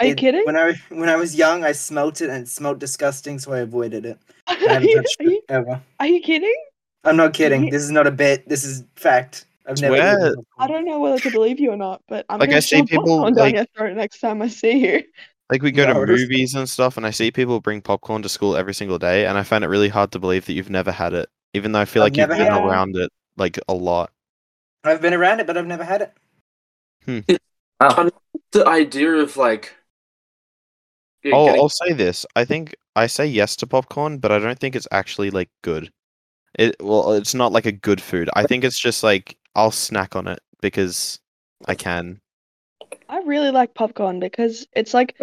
S3: Are you
S2: It-
S3: kidding?
S2: When I when I was young, I smelt it and it smelled disgusting, so I avoided it. I
S3: <laughs> Are
S2: haven't
S3: you,
S2: touched
S3: are you
S2: it ever.
S3: are you kidding?
S2: I'm not kidding.
S3: you-
S2: This is not a bit. This is fact. I've never.
S5: Swear.
S2: eaten popcorn.
S3: I don't know whether to believe you or not, but I'm
S5: Like,
S3: gonna
S5: I see
S3: shove
S5: people,
S3: popcorn down
S5: like-
S3: your throat next time I see you. <laughs>
S5: Like we go
S2: No, it
S5: to
S2: is-
S5: movies and stuff, and I see people bring popcorn to school every single day, and I find it really hard to believe that you've never had it, even though I feel
S2: I've
S5: like you've
S2: never
S5: been
S3: had it.
S5: around it like a lot.
S2: I've been around it, but I've never had it.
S4: Wow.
S1: The idea of like. Yeah,
S5: Oh,
S1: getting-
S5: I'll say this: I think I say yes to popcorn, but I don't think it's actually like good. It well, it's not like a good food. I think it's just like I'll snack on it because I can.
S3: I really like popcorn because it's like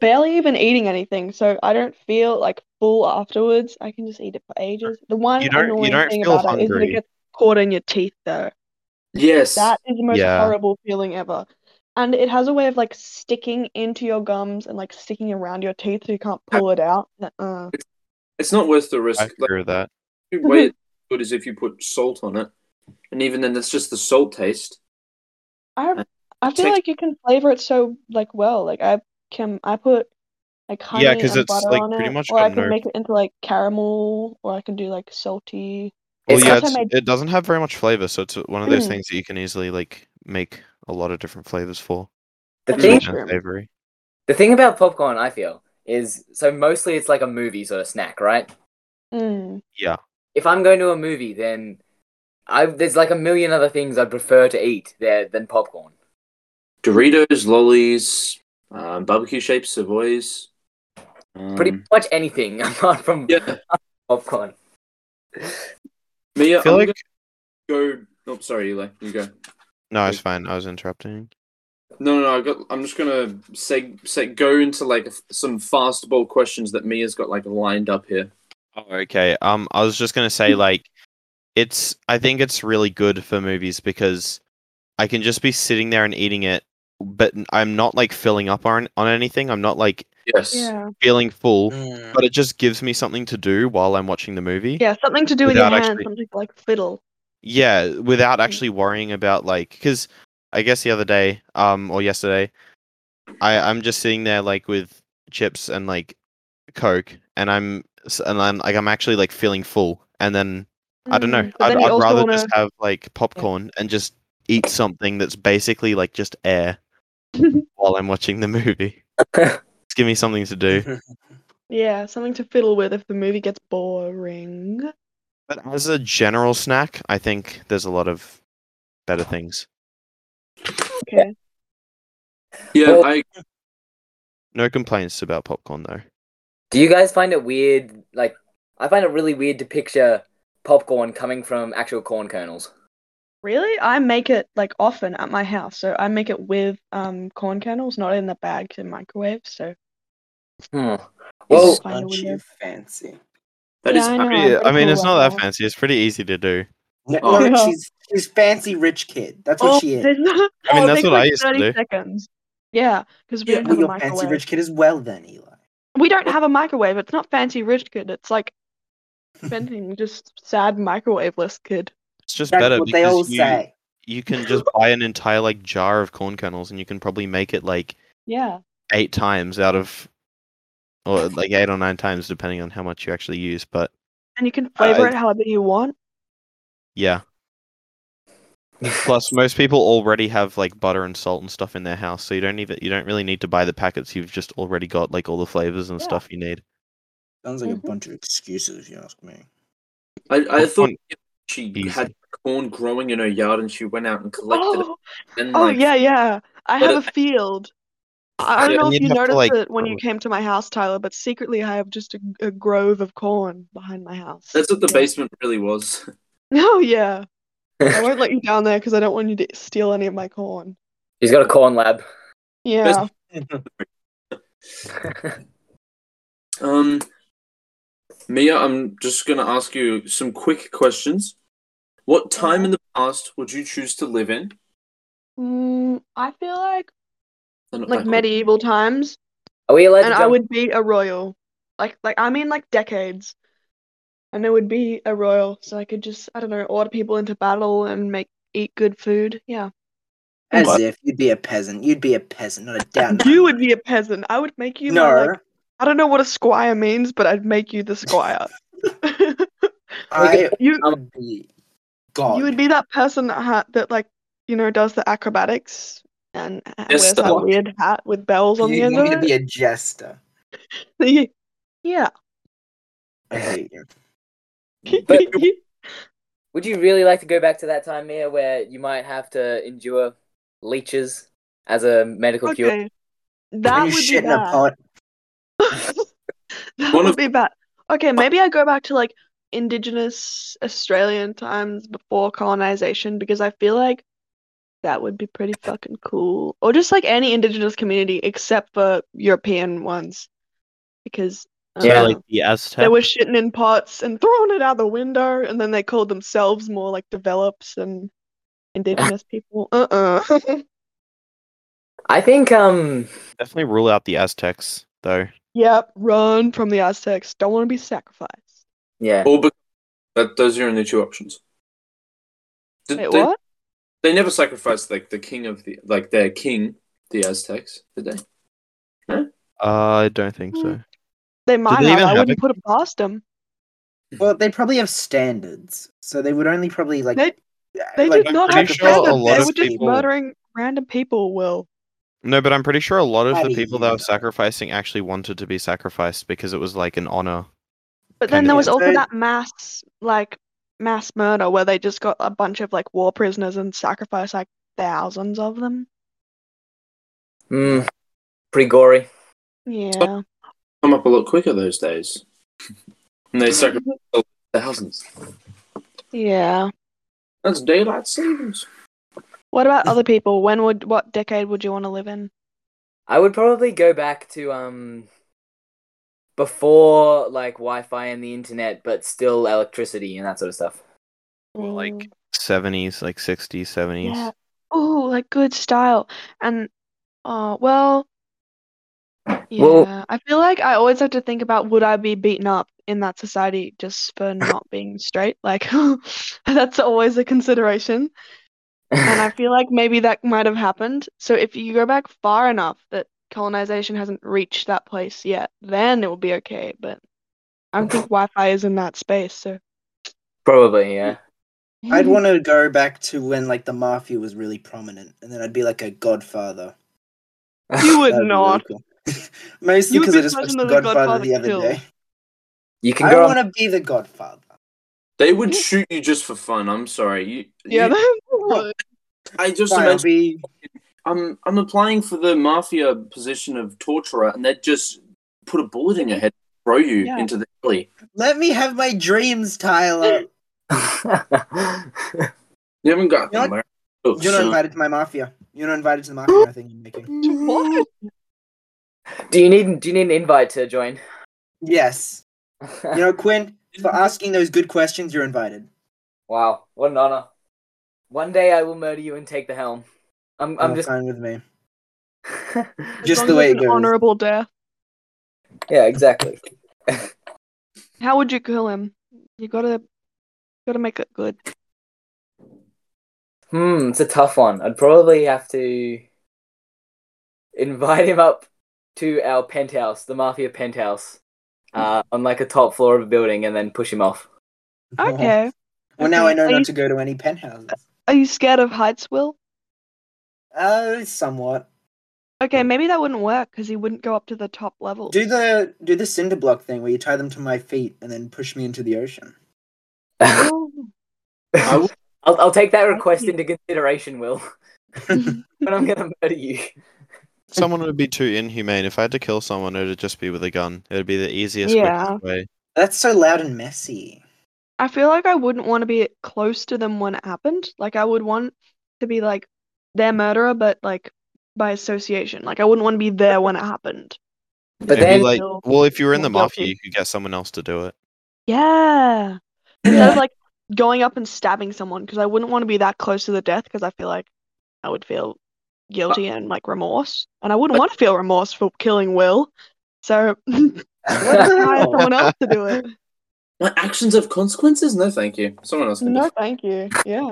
S3: barely even eating anything, so I don't feel like full afterwards. I can just eat it for ages. The one
S5: You don't- you
S3: annoying
S5: don't
S3: thing
S5: feel
S3: about it is that it
S5: hungry.
S3: gets caught in your teeth, though.
S1: yes.
S3: That is the most
S5: Yeah.
S3: horrible feeling ever. And it has a way of like sticking into your gums and like sticking around your teeth so you can't pull it out. Uh,
S1: It's not worth the risk.
S5: I
S1: Like,
S5: agree with that.
S1: the only way it's good is if you put salt on it, and even then, that's just the salt taste.
S5: Uh,
S3: I I feel
S1: Takes-
S3: like you can flavor it so like well. Like I can I put like honey
S5: Yeah, 'cause
S3: and
S5: it's,
S3: butter
S5: like,
S3: on
S5: pretty
S3: it,
S5: much
S3: or I
S5: got
S3: can
S5: no-
S3: make it into like caramel, or I can do like salty.
S5: Well,
S4: It's
S5: yeah,
S3: also
S5: it's,
S3: made-
S5: it doesn't have very much flavor, so it's one of those
S3: Mm.
S5: things that you can easily like make a lot of different flavors for.
S4: The
S3: That's
S4: thing
S5: sweet
S3: Mushroom.
S5: and savory.
S4: The thing about popcorn, I feel, is so mostly it's like a movie sort of snack, right?
S3: Mm.
S5: Yeah.
S4: If I'm going to a movie, then I there's like a million other things I'd prefer to eat there than popcorn.
S1: Doritos, lollies, um, barbecue shaped savoys. Um,
S4: Pretty much anything <laughs> apart from
S1: Yeah.
S4: popcorn.
S1: Mia,
S5: I feel
S1: I'm
S5: like
S1: gonna go. Oh, sorry, Eli. You go.
S5: no, it's fine. I was interrupting.
S1: No, no, no. I got. I'm just gonna seg, seg go into like f- some fastball questions that Mia's got like lined up here.
S5: Oh, okay. Um, I was just gonna <laughs> say like, it's. I think it's really good for movies because I can just be sitting there and eating it, but n- I'm not like filling up on on anything. I'm not like
S1: Yes.
S3: Yeah.
S5: feeling full,
S2: Mm.
S5: but it just gives me something to do while I'm watching the movie.
S3: Yeah, something to do with your
S5: Without
S3: hands,
S5: actually-
S3: something to, like fiddle.
S5: Yeah, without
S3: Mm.
S5: actually worrying about like, because I guess the other day, um, or yesterday, I I'm just sitting there like with chips and like Coke, and I'm s- and I'm like I'm actually like feeling full, and then I don't know,
S3: Mm, but
S5: I'd,
S3: then you
S5: I'd
S3: also
S5: rather
S3: wanna
S5: just have like popcorn and just eat something that's basically like just air while I'm watching the movie. just give me something to
S3: Mm-hmm.
S5: do.
S3: <laughs> yeah, something to fiddle with if the movie gets boring.
S5: But as a general snack, I think there's a lot of better things.
S3: Okay.
S1: Yeah.
S4: Well-
S1: I.
S5: No complaints about popcorn though.
S4: Do you guys find it weird? Like, I find it really weird to picture popcorn coming from actual corn kernels.
S3: Really? I make it like often at my house. So I make it with um corn kernels, not in the bag 'cause it microwaves. So
S4: Hmm.
S3: Well-
S4: Well,
S3: Kinda
S2: Aren't you
S3: weird.
S2: fancy?
S1: That is
S3: Yeah, I know.
S1: funny.
S5: Pretty-
S3: I'm
S5: I mean,
S3: gonna
S5: it's
S3: pull
S5: not
S3: up
S5: that
S3: now.
S5: fancy. It's pretty easy to do.
S2: No,
S1: Oh.
S3: <laughs>
S2: no, she's she's fancy rich kid. That's what
S1: Oh,
S2: she is.
S3: There's not-
S5: I mean,
S3: oh, it
S5: that's
S3: takes
S5: what I
S3: like
S5: used to
S3: 30
S5: do.
S3: seconds. Yeah, because we
S1: Yeah,
S3: don't
S2: Well,
S3: have a
S2: you're fancy
S3: microwave.
S2: rich kid as well, then, Eli.
S3: We don't have a microwave. It's not fancy rich kid. It's like anything, just sad microwaveless kid.
S5: It's just
S2: That's
S5: better
S2: what they
S5: because
S2: all
S5: you,
S2: say.
S5: you can
S2: <laughs>
S5: just buy an entire like jar of corn kernels and you can probably make it like
S3: Yeah.
S5: eight times out of or like eight or nine times depending on how much you actually use, but
S3: And you can flavor
S5: I-
S3: it however you want.
S5: yeah. Plus most people already have like butter and salt and stuff in their house, so you don't even you don't really need to buy the packets. You've just already got like all the flavors and
S3: Yeah.
S5: stuff you need.
S2: Sounds like
S3: Mhm.
S2: a bunch of excuses, if you ask me.
S1: I, I thought
S5: Corn-
S1: she
S5: easy.
S1: had corn growing in her yard and she went out and collected
S3: Oh,
S1: it. And
S3: oh
S1: like,
S3: yeah, yeah. I
S1: But
S3: have a
S1: it-
S3: field. I I don't
S1: Yeah,
S3: know
S5: and
S3: if you
S5: you'd have to,
S3: noticed
S5: like, um,
S3: it when you
S5: grow it.
S3: came to my house, Tyler, but secretly I have just a, a grove of corn behind my house.
S1: that's what the
S3: Yeah.
S1: basement really was.
S3: <laughs>
S1: <laughs>
S3: Oh yeah. I won't let you down there because I don't want you to steal any of my corn.
S4: <laughs> He's got a corn lab. <laughs>
S3: Yeah.
S1: Um, Mia, I'm just gonna ask you some quick questions. What time in the past would you choose to live in?
S3: Mm, I feel like
S1: They're not
S3: like
S1: that quick.
S3: medieval times,
S4: Are we allowed
S3: and
S4: to
S3: I
S4: jump?
S3: would be a royal. Like like I mean like decades. And it would be a royal, so I could just I don't know, order people into battle and make eat good food. Yeah.
S2: As
S5: But-
S2: if you'd be a peasant. You'd be a peasant, not a down.
S3: <laughs> You would be a peasant. I would make you my,
S2: no,
S3: like I don't know what a squire means, but I'd make you
S1: <laughs>
S3: the squire. <laughs>
S2: I
S3: You
S2: would be God.
S3: you would be that person that ha that like you know does the acrobatics and uh,
S1: Yes,
S3: wears that
S1: what?
S3: weird hat with bells on the
S2: You'd
S3: end
S2: want me
S3: of
S2: to be
S3: it.
S2: a jester.
S3: <laughs> Yeah.
S2: I hate you.
S4: But- Would you really like to go back to that time, Mia, where you might have to endure leeches as a medical cure?
S3: okay. That
S2: you
S3: would be
S2: shit in a
S3: bad.
S2: pot.
S3: <laughs> That
S1: One
S3: would
S1: of-
S3: be bad. Okay, maybe I go back to like indigenous Australian times before colonization because I feel like that would be pretty fucking cool. Or just like any indigenous community except for European ones. Because I
S4: Yeah,
S3: don't
S5: like
S3: know.
S5: the Aztec.
S3: they were shitting in pots and throwing it out the window, and then they called themselves more like develops and indigenous people. Uh-uh. <laughs>
S4: I think um
S5: Definitely rule out the Aztecs though.
S3: Yep, run from the Aztecs. Don't want to be sacrificed.
S4: yeah.
S1: Or be- that those are only two options. Did
S3: Wait,
S1: they,
S3: what?
S1: they never sacrificed like the king of the like their king, the Aztecs, did they?
S5: Uh, I don't think
S3: Hmm.
S5: so.
S3: They might
S5: they
S3: have.
S5: even
S3: I
S5: have
S3: wouldn't
S5: a-
S3: put it past them.
S2: Well, they probably have standards, so they would only probably like.
S3: They- They
S2: like,
S3: did not
S5: pretty
S3: have
S5: sure a
S3: standards.
S5: lot
S3: They
S5: of
S3: were just
S5: people-
S3: murdering random people, Will.
S5: No, but I'm pretty sure a lot of
S2: How
S5: the
S2: do
S5: people
S2: you
S5: that were
S2: know?
S5: sacrificing actually wanted to be sacrificed because it was like an honor.
S3: But
S5: Kind
S3: then
S5: of,
S3: there was
S2: yeah.
S3: also
S2: So-
S3: that mass, like, mass murder where they just got a bunch of, like, war prisoners and sacrificed, like, thousands of them.
S4: Mm, pretty gory.
S3: Yeah.
S1: Come up a lot quicker those days. <laughs> And they sacrificed thousands.
S3: Yeah.
S1: That's daylight savings.
S3: What
S5: <laughs>
S3: about other people? When would, what decade would you want to live in?
S4: I would probably go back to um before like Wi-Fi and the internet, but still electricity and that sort of stuff.
S5: Well, like
S3: Mm,
S5: 70s, like 60s, 70s.
S3: yeah. Oh, like good style. And, uh, well,
S4: Well-
S3: yeah. I feel like I always have to think about would I be beaten up in that society just for not being straight? Like, <laughs> that's always a consideration.
S4: <laughs>
S3: And I feel like maybe that might have happened. So if you go back far enough that colonization hasn't reached that place yet, then it will be okay. But I
S2: <laughs>
S3: don't think Wi-Fi is in that space, so
S4: probably, yeah.
S3: <laughs>
S2: I'd want to go back to when like the mafia was really prominent, and then I'd be like a Godfather. <laughs>
S3: You would
S2: That'd be really
S3: not.
S2: cool. <laughs> Mostly
S3: You would
S2: because
S3: be
S2: I just watched the
S3: personally
S2: Godfather,
S3: Godfather
S2: the other
S3: killed.
S2: day.
S4: You <laughs> can
S2: I
S4: go
S2: don't
S4: on-
S2: want to be the Godfather.
S1: They would shoot you just for fun. I'm sorry. You,
S3: Yeah,
S1: you-
S3: that would.
S1: I just
S2: I'll
S1: imagine
S2: be
S1: I'm I'm applying for the mafia position of torturer, and they just put a bullet in your head, throw you
S3: Yeah.
S1: into the alley.
S2: Let me have my dreams,
S3: <laughs>
S2: Tyler.
S4: <laughs>
S1: You haven't got
S2: You're
S1: them.
S2: not-
S1: Larry. Oh,
S2: You're not
S1: so-
S2: invited to my mafia. You're not invited to the mafia. I think you're making.
S3: <laughs> What?
S4: do you need do you need an invite to join?
S2: Yes. You know, Quinn. For asking those good questions, you're invited.
S4: <laughs> Wow, what an honor. One day I will murder you and take the helm. I'm, I'm
S2: All
S4: just.
S2: fine with me.
S3: As
S2: <laughs> Just
S3: long
S2: the
S3: as
S2: way
S3: it's
S2: it
S3: an
S2: goes.
S3: honorable death.
S4: <laughs> yeah, exactly.
S3: How would you kill him? You gotta, gotta make it good.
S4: Hmm, it's a tough one. I'd probably have to invite him up to our penthouse, the mafia penthouse, uh, on like a top floor of a building, and then push him off.
S3: Okay.
S2: <laughs> Well, now I
S3: Okay,
S2: know
S3: are
S2: not
S3: you-
S2: to go to any penthouses.
S3: Are you scared of heights, Will?
S2: Uh, somewhat.
S3: Okay, maybe that wouldn't work because he wouldn't go up to the top
S2: <laughs>
S3: level.
S2: Do the do the cinder block thing where you tie them to my feet and then push me into the ocean.
S4: I'll,
S3: Oh,
S1: I would-
S4: <laughs> I'll take that
S3: Thank
S4: request
S3: you.
S4: into consideration, Will. <laughs> but I'm gonna murder you.
S5: Someone would be too inhumane. If I had to kill someone, it would just be with a gun. It would be the easiest,
S3: Yeah.
S5: quickest way.
S2: That's so loud and messy.
S3: I feel like I wouldn't want to be close to them when it happened. Like I would want to be like their murderer, but like by association. Like I wouldn't want to be there when it happened.
S4: But
S5: It'd be
S4: then,
S5: like-
S3: Feel-
S5: Well, if you were in the
S3: Well, guilty.
S5: mafia, you could get someone else to do it.
S3: Yeah. Instead of like going up and stabbing someone, because I wouldn't want to be that close to the death, because I feel like I would feel guilty and like remorse, and I wouldn't want to feel remorse for killing Will. So <laughs>
S2: What the
S3: hire
S2: hell?
S3: someone else to do it.
S1: My actions have consequences? No, thank you. Someone else can do
S3: No,
S1: it.
S3: thank you. Yeah.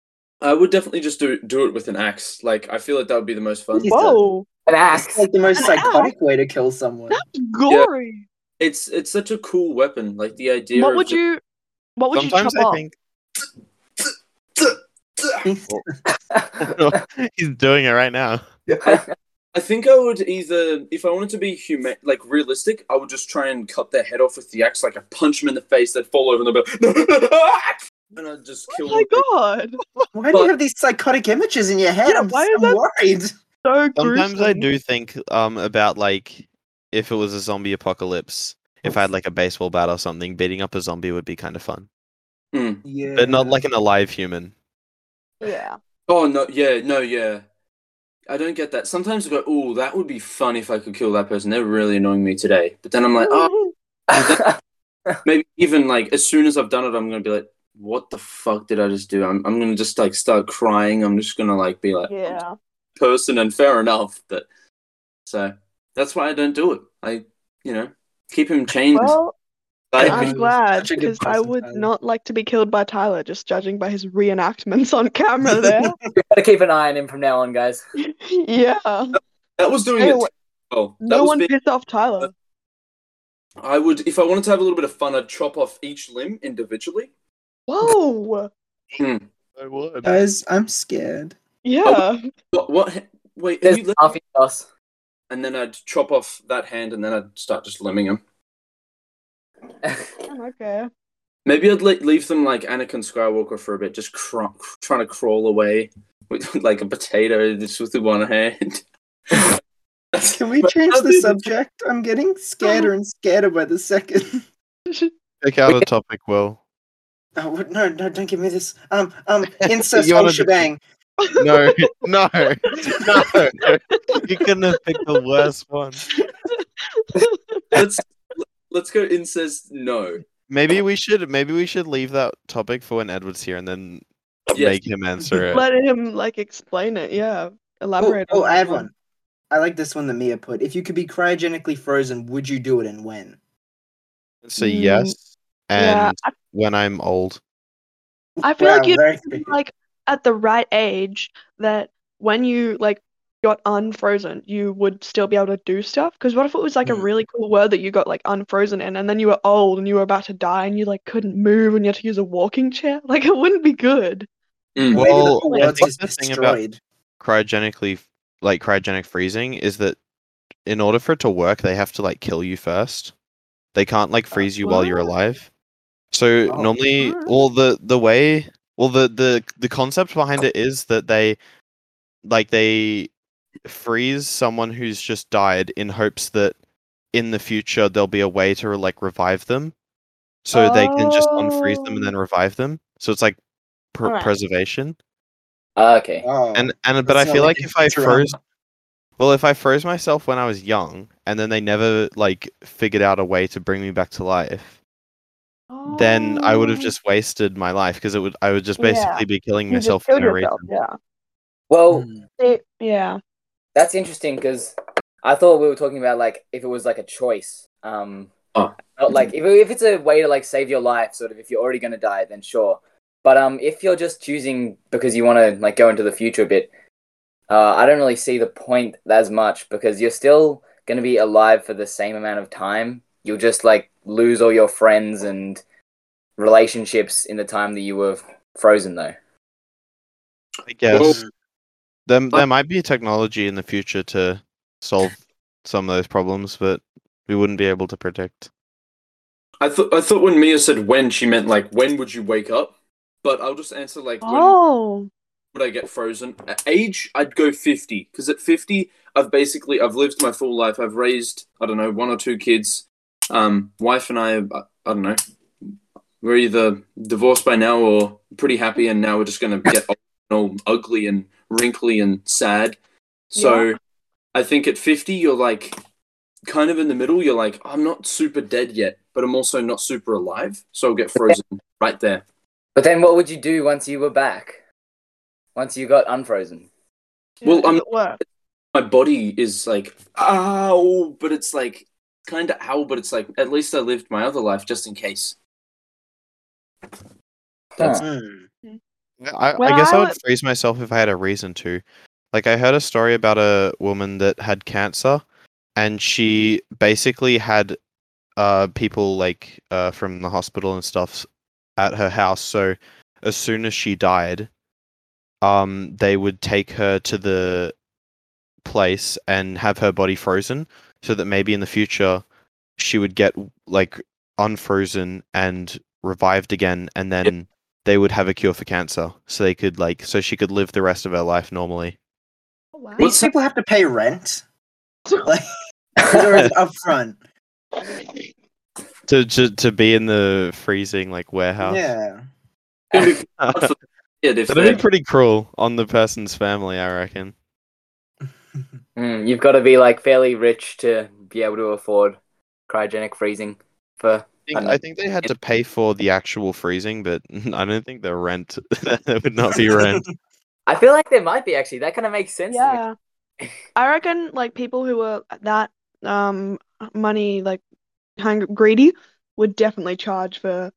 S3: <laughs>
S1: I would definitely just do do it with an axe. Like I feel like that would be the most fun.
S2: He's
S3: Whoa,
S4: an
S2: It's <laughs>
S4: axe.
S2: like the most psychotic way to kill someone. <laughs>
S3: gory.
S1: It's it's such a cool weapon. Like the idea.
S3: What
S1: of
S3: would
S1: just-
S3: you? What would
S5: Sometimes
S3: you chop
S5: I
S3: up?
S5: think
S4: I
S5: <laughs> he's doing it
S3: <laughs>
S5: right now.
S1: I think I would either, if I wanted to be human, like realistic, I would just try and cut their head off with the axe, like I punch them in the face, they'd fall over and they'd be and I'd just
S3: Oh
S1: kill
S3: my
S1: them.
S3: god,
S2: <laughs> Why do you
S1: But-
S2: have these psychotic images in your head?
S3: Yeah,
S2: I'm,
S3: why is
S2: I'm
S3: that-
S2: worried.
S3: so gruesome.
S5: Sometimes I do think um about like if it was a zombie apocalypse, if I had like a baseball bat or something, beating up a zombie would be kind of fun,
S2: Yeah.
S5: but not like an alive human.
S3: Yeah.
S1: Oh no, yeah, no, yeah. I don't get that. Sometimes I go, oh, that would be fun if I could kill that person. They're really annoying me today. But then I'm like, oh,
S3: <laughs>
S1: maybe even like as soon as I've done it, I'm gonna be like, what the fuck did I just do? I'm I'm gonna just like start crying. I'm just gonna like be like, "I'm
S3: Yeah.
S1: person and fair enough but so that's why i don't do it i you know keep him chained
S3: Well,
S1: Like,
S2: I-
S3: I'm glad
S2: such a good
S3: because I
S2: person,
S3: would
S2: Tyler.
S3: not like to be killed by Tyler, just judging by his reenactments on camera there.
S4: <laughs> gotta keep an eye on him from now on, guys.
S3: yeah.
S1: <laughs> that was doing
S3: Hey,
S1: it
S3: what-
S1: well that
S3: No
S1: was
S3: one
S1: big.
S3: pissed off Tyler.
S1: i would if i wanted to have a little bit of fun i'd chop off each limb individually
S3: Whoa.
S5: I would.
S2: Guys, I'm scared.
S3: Yeah.
S1: what, what wait have
S4: There's
S1: you lim-
S4: mafia boss. <laughs>
S1: and then i'd chop off that hand and then i'd start just limbing him
S3: <laughs>
S4: Uh,
S3: Okay.
S1: maybe i'd le- leave them like anakin skywalker for a bit just cr- trying to crawl away with <laughs> like a potato just with one hand <laughs>
S2: Can we change the subject? I'm getting
S3: Oh.
S2: scarier and scarier by the second. <laughs>
S5: Pick out a topic, Will.
S2: Oh what- no, no, don't give me this. Um,
S5: <laughs>
S2: um, incest whole
S5: wanted to-
S2: shebang.
S5: <laughs> No, no, <laughs> no. You couldn't have picked the worst one.
S1: let's let's go incest no
S5: Maybe we should maybe we should leave that topic for when Edward's here and then
S1: Yes.
S5: make him answer it.
S3: Let him like explain it. Yeah.
S2: Oh,
S3: Elaborate.
S2: oh,
S3: on
S2: I
S3: that
S2: have one. I like this one that Mia put. If you could be cryogenically frozen, would you do it and when?
S5: So
S3: Mm,
S5: yes, and
S3: Yeah. I,
S5: when I'm old.
S3: I feel
S2: Wow,
S3: like you
S2: very
S3: would be,
S2: creepy.
S3: like at the right age that when you like got unfrozen, you would still be able to do stuff. Because what if it was like a
S2: Hmm.
S3: really cool word that you got like unfrozen in, and then you were old and you were about to die and you like couldn't move and you had to use a walking chair? <laughs> Like it wouldn't be good.
S1: Mm.
S2: Maybe the
S5: Well,
S2: whole
S3: I
S2: world's
S5: think
S2: just
S5: the thing about-
S2: destroyed.
S5: cryogenically like cryogenic freezing is that in order for it to work they have to like kill you first they can't like freeze you while you're
S3: Uh, what?
S5: alive so
S2: Oh,
S5: normally
S3: what?
S5: well the the way well the the the concept behind
S3: Oh.
S5: it is that they like they freeze someone who's just died in hopes that in the future there'll be a way to like revive them so they can just unfreeze them
S3: Oh.
S5: and then revive them so it's like pr-
S3: Alright.
S5: preservation
S4: Okay.
S2: Oh,
S5: and and but I
S2: That's
S5: feel
S2: not
S5: like
S2: like
S5: if I
S2: Futurama.
S5: froze, well, if I froze myself when I was young, and then they never like figured out a way to bring me back to life, then I would have
S3: Oh.
S5: just wasted my life because it would I would just basically
S3: Yeah.
S5: be killing
S3: You just
S5: myself for
S3: killed
S5: no
S3: yourself,
S5: reason.
S3: Yeah.
S4: Well,
S5: Hmm.
S3: It- yeah.
S4: that's interesting because I thought we were talking about like if it was like a choice. Um,
S1: Oh.
S4: not like if, if it's a way to like save your life, sort of. If you're already gonna die, then sure. But um, if you're just choosing because you want to like go into the future a bit, uh, I don't really see the point as much because you're still gonna be alive for the same amount of time. You'll just like lose all your friends and relationships in the time that you were frozen, though.
S5: I guess
S1: Well-
S5: there, there might be technology in the future to solve some of those problems, but we wouldn't be able to predict.
S1: I thought I thought when Mia said when she meant like when would you wake up, but I'll just answer like when
S3: Oh.
S1: would I get frozen? At age, I'd go fifty because at fifty, I've basically I've lived my full life. I've raised I don't know one or two kids. Um, wife and I, I, I don't know. We're either divorced by now or pretty happy, and now we're just gonna get old and all ugly and wrinkly and sad. So, I think at fifty, you're like kind of in the middle. You're like, I'm not super dead yet, but I'm also not super alive. So I'll get frozen right there.
S4: But then, what would you do once you were back? Once you got unfrozen?
S1: Well,
S3: Yeah,
S1: I'm-
S3: does it work?
S1: my body is like ow, but it's like kind of ow, but it's like at least I lived my other life just in case.
S4: That's-
S2: Hmm.
S5: I,
S3: Well,
S5: I guess I
S3: I
S5: would
S3: would-
S5: freeze myself if I had a reason to. Like I heard a story about a woman that had cancer, and she basically had uh, people like uh, from the hospital and stuff at her house. So as soon as she died, um, they would take her to the place and have her body frozen, so that maybe in the future she would get like unfrozen and revived again, and then they would have a cure for cancer, so they could like so she could live the rest of her life normally.
S3: Oh, wow.
S2: These people have to pay rent. Like, <laughs> or
S4: That's
S2: it's
S5: <laughs>
S2: upfront.
S5: To to, to be in the freezing like warehouse.
S1: <laughs>
S2: Yeah.
S1: It'd be
S5: That'd
S1: weird if
S5: be
S1: they-
S5: pretty cruel on the person's family, I reckon.
S4: Mm, you've got to be like fairly rich to be able to afford cryogenic freezing for.
S5: I think,
S4: know.
S5: I think they had to pay for the actual freezing, but <laughs> I don't think the rent <laughs> that would not
S1: <laughs>
S5: be rent.
S4: I feel like there might be actually. That kind of makes sense. to me.
S3: Yeah. I reckon like people who were that um money like hung greedy would definitely charge for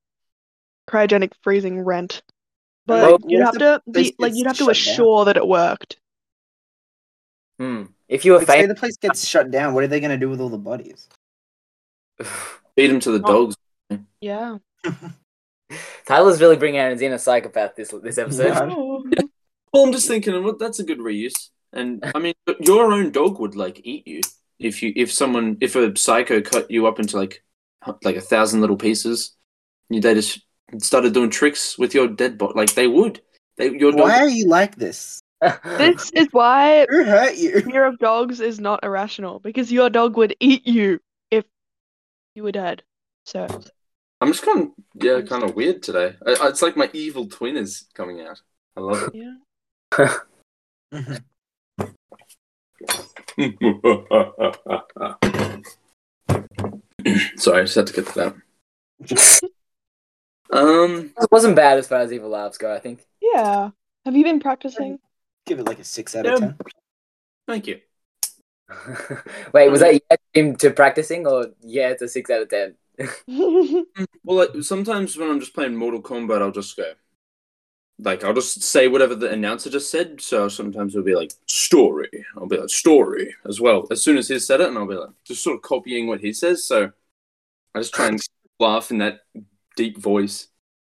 S3: cryogenic freezing rent. But
S4: Well,
S3: you'd have
S2: what's
S3: to
S2: place
S3: be like
S2: gets
S3: you'd have to
S2: shut down?
S3: assure that it worked.
S4: Hmm. If you were
S2: Like, say
S4: famous,
S2: the place gets shut down. What are they going to do with all the bodies?
S1: feed them to the dogs.
S3: Yeah.
S4: Tyler's really bringing out his inner psychopath this this episode.
S2: Yeah.
S1: Well, I'm just thinking, well, that's a good reuse. And I mean, your own dog would like eat you if you if someone if a psycho cut you up into like like a thousand little pieces. and They just started doing tricks with your dead body. Like they would. They your dog.
S2: Why are you like this?
S4: <laughs>
S3: This is why
S2: Who hurt
S3: <laughs>
S2: you? <laughs>
S3: fear of dogs is not irrational because your dog would eat you if you were dead. So
S1: I'm just kind of yeah, kind of weird today. I, I- it's like my evil twin is coming out. I love
S3: yeah.
S1: <laughs> it. Sorry, I just had to get to that. Um,
S4: It wasn't bad as far as evil laughs go. I think. <laughs>
S3: Yeah. Have you been practicing?
S2: Give it like a six out of
S1: Yeah.
S2: ten.
S1: thank you.
S4: Wait, was that yeah Jim, to practicing or yeah it's a six out of ten?
S1: Well, like, sometimes when I'm just playing Mortal Kombat, I'll just go, like, I'll just say whatever the announcer just said. So sometimes it'll be like story. I'll be like story as well. As soon as he said it, and I'll be like just sort of copying what he says. So I just try and <laughs> laugh in that deep voice.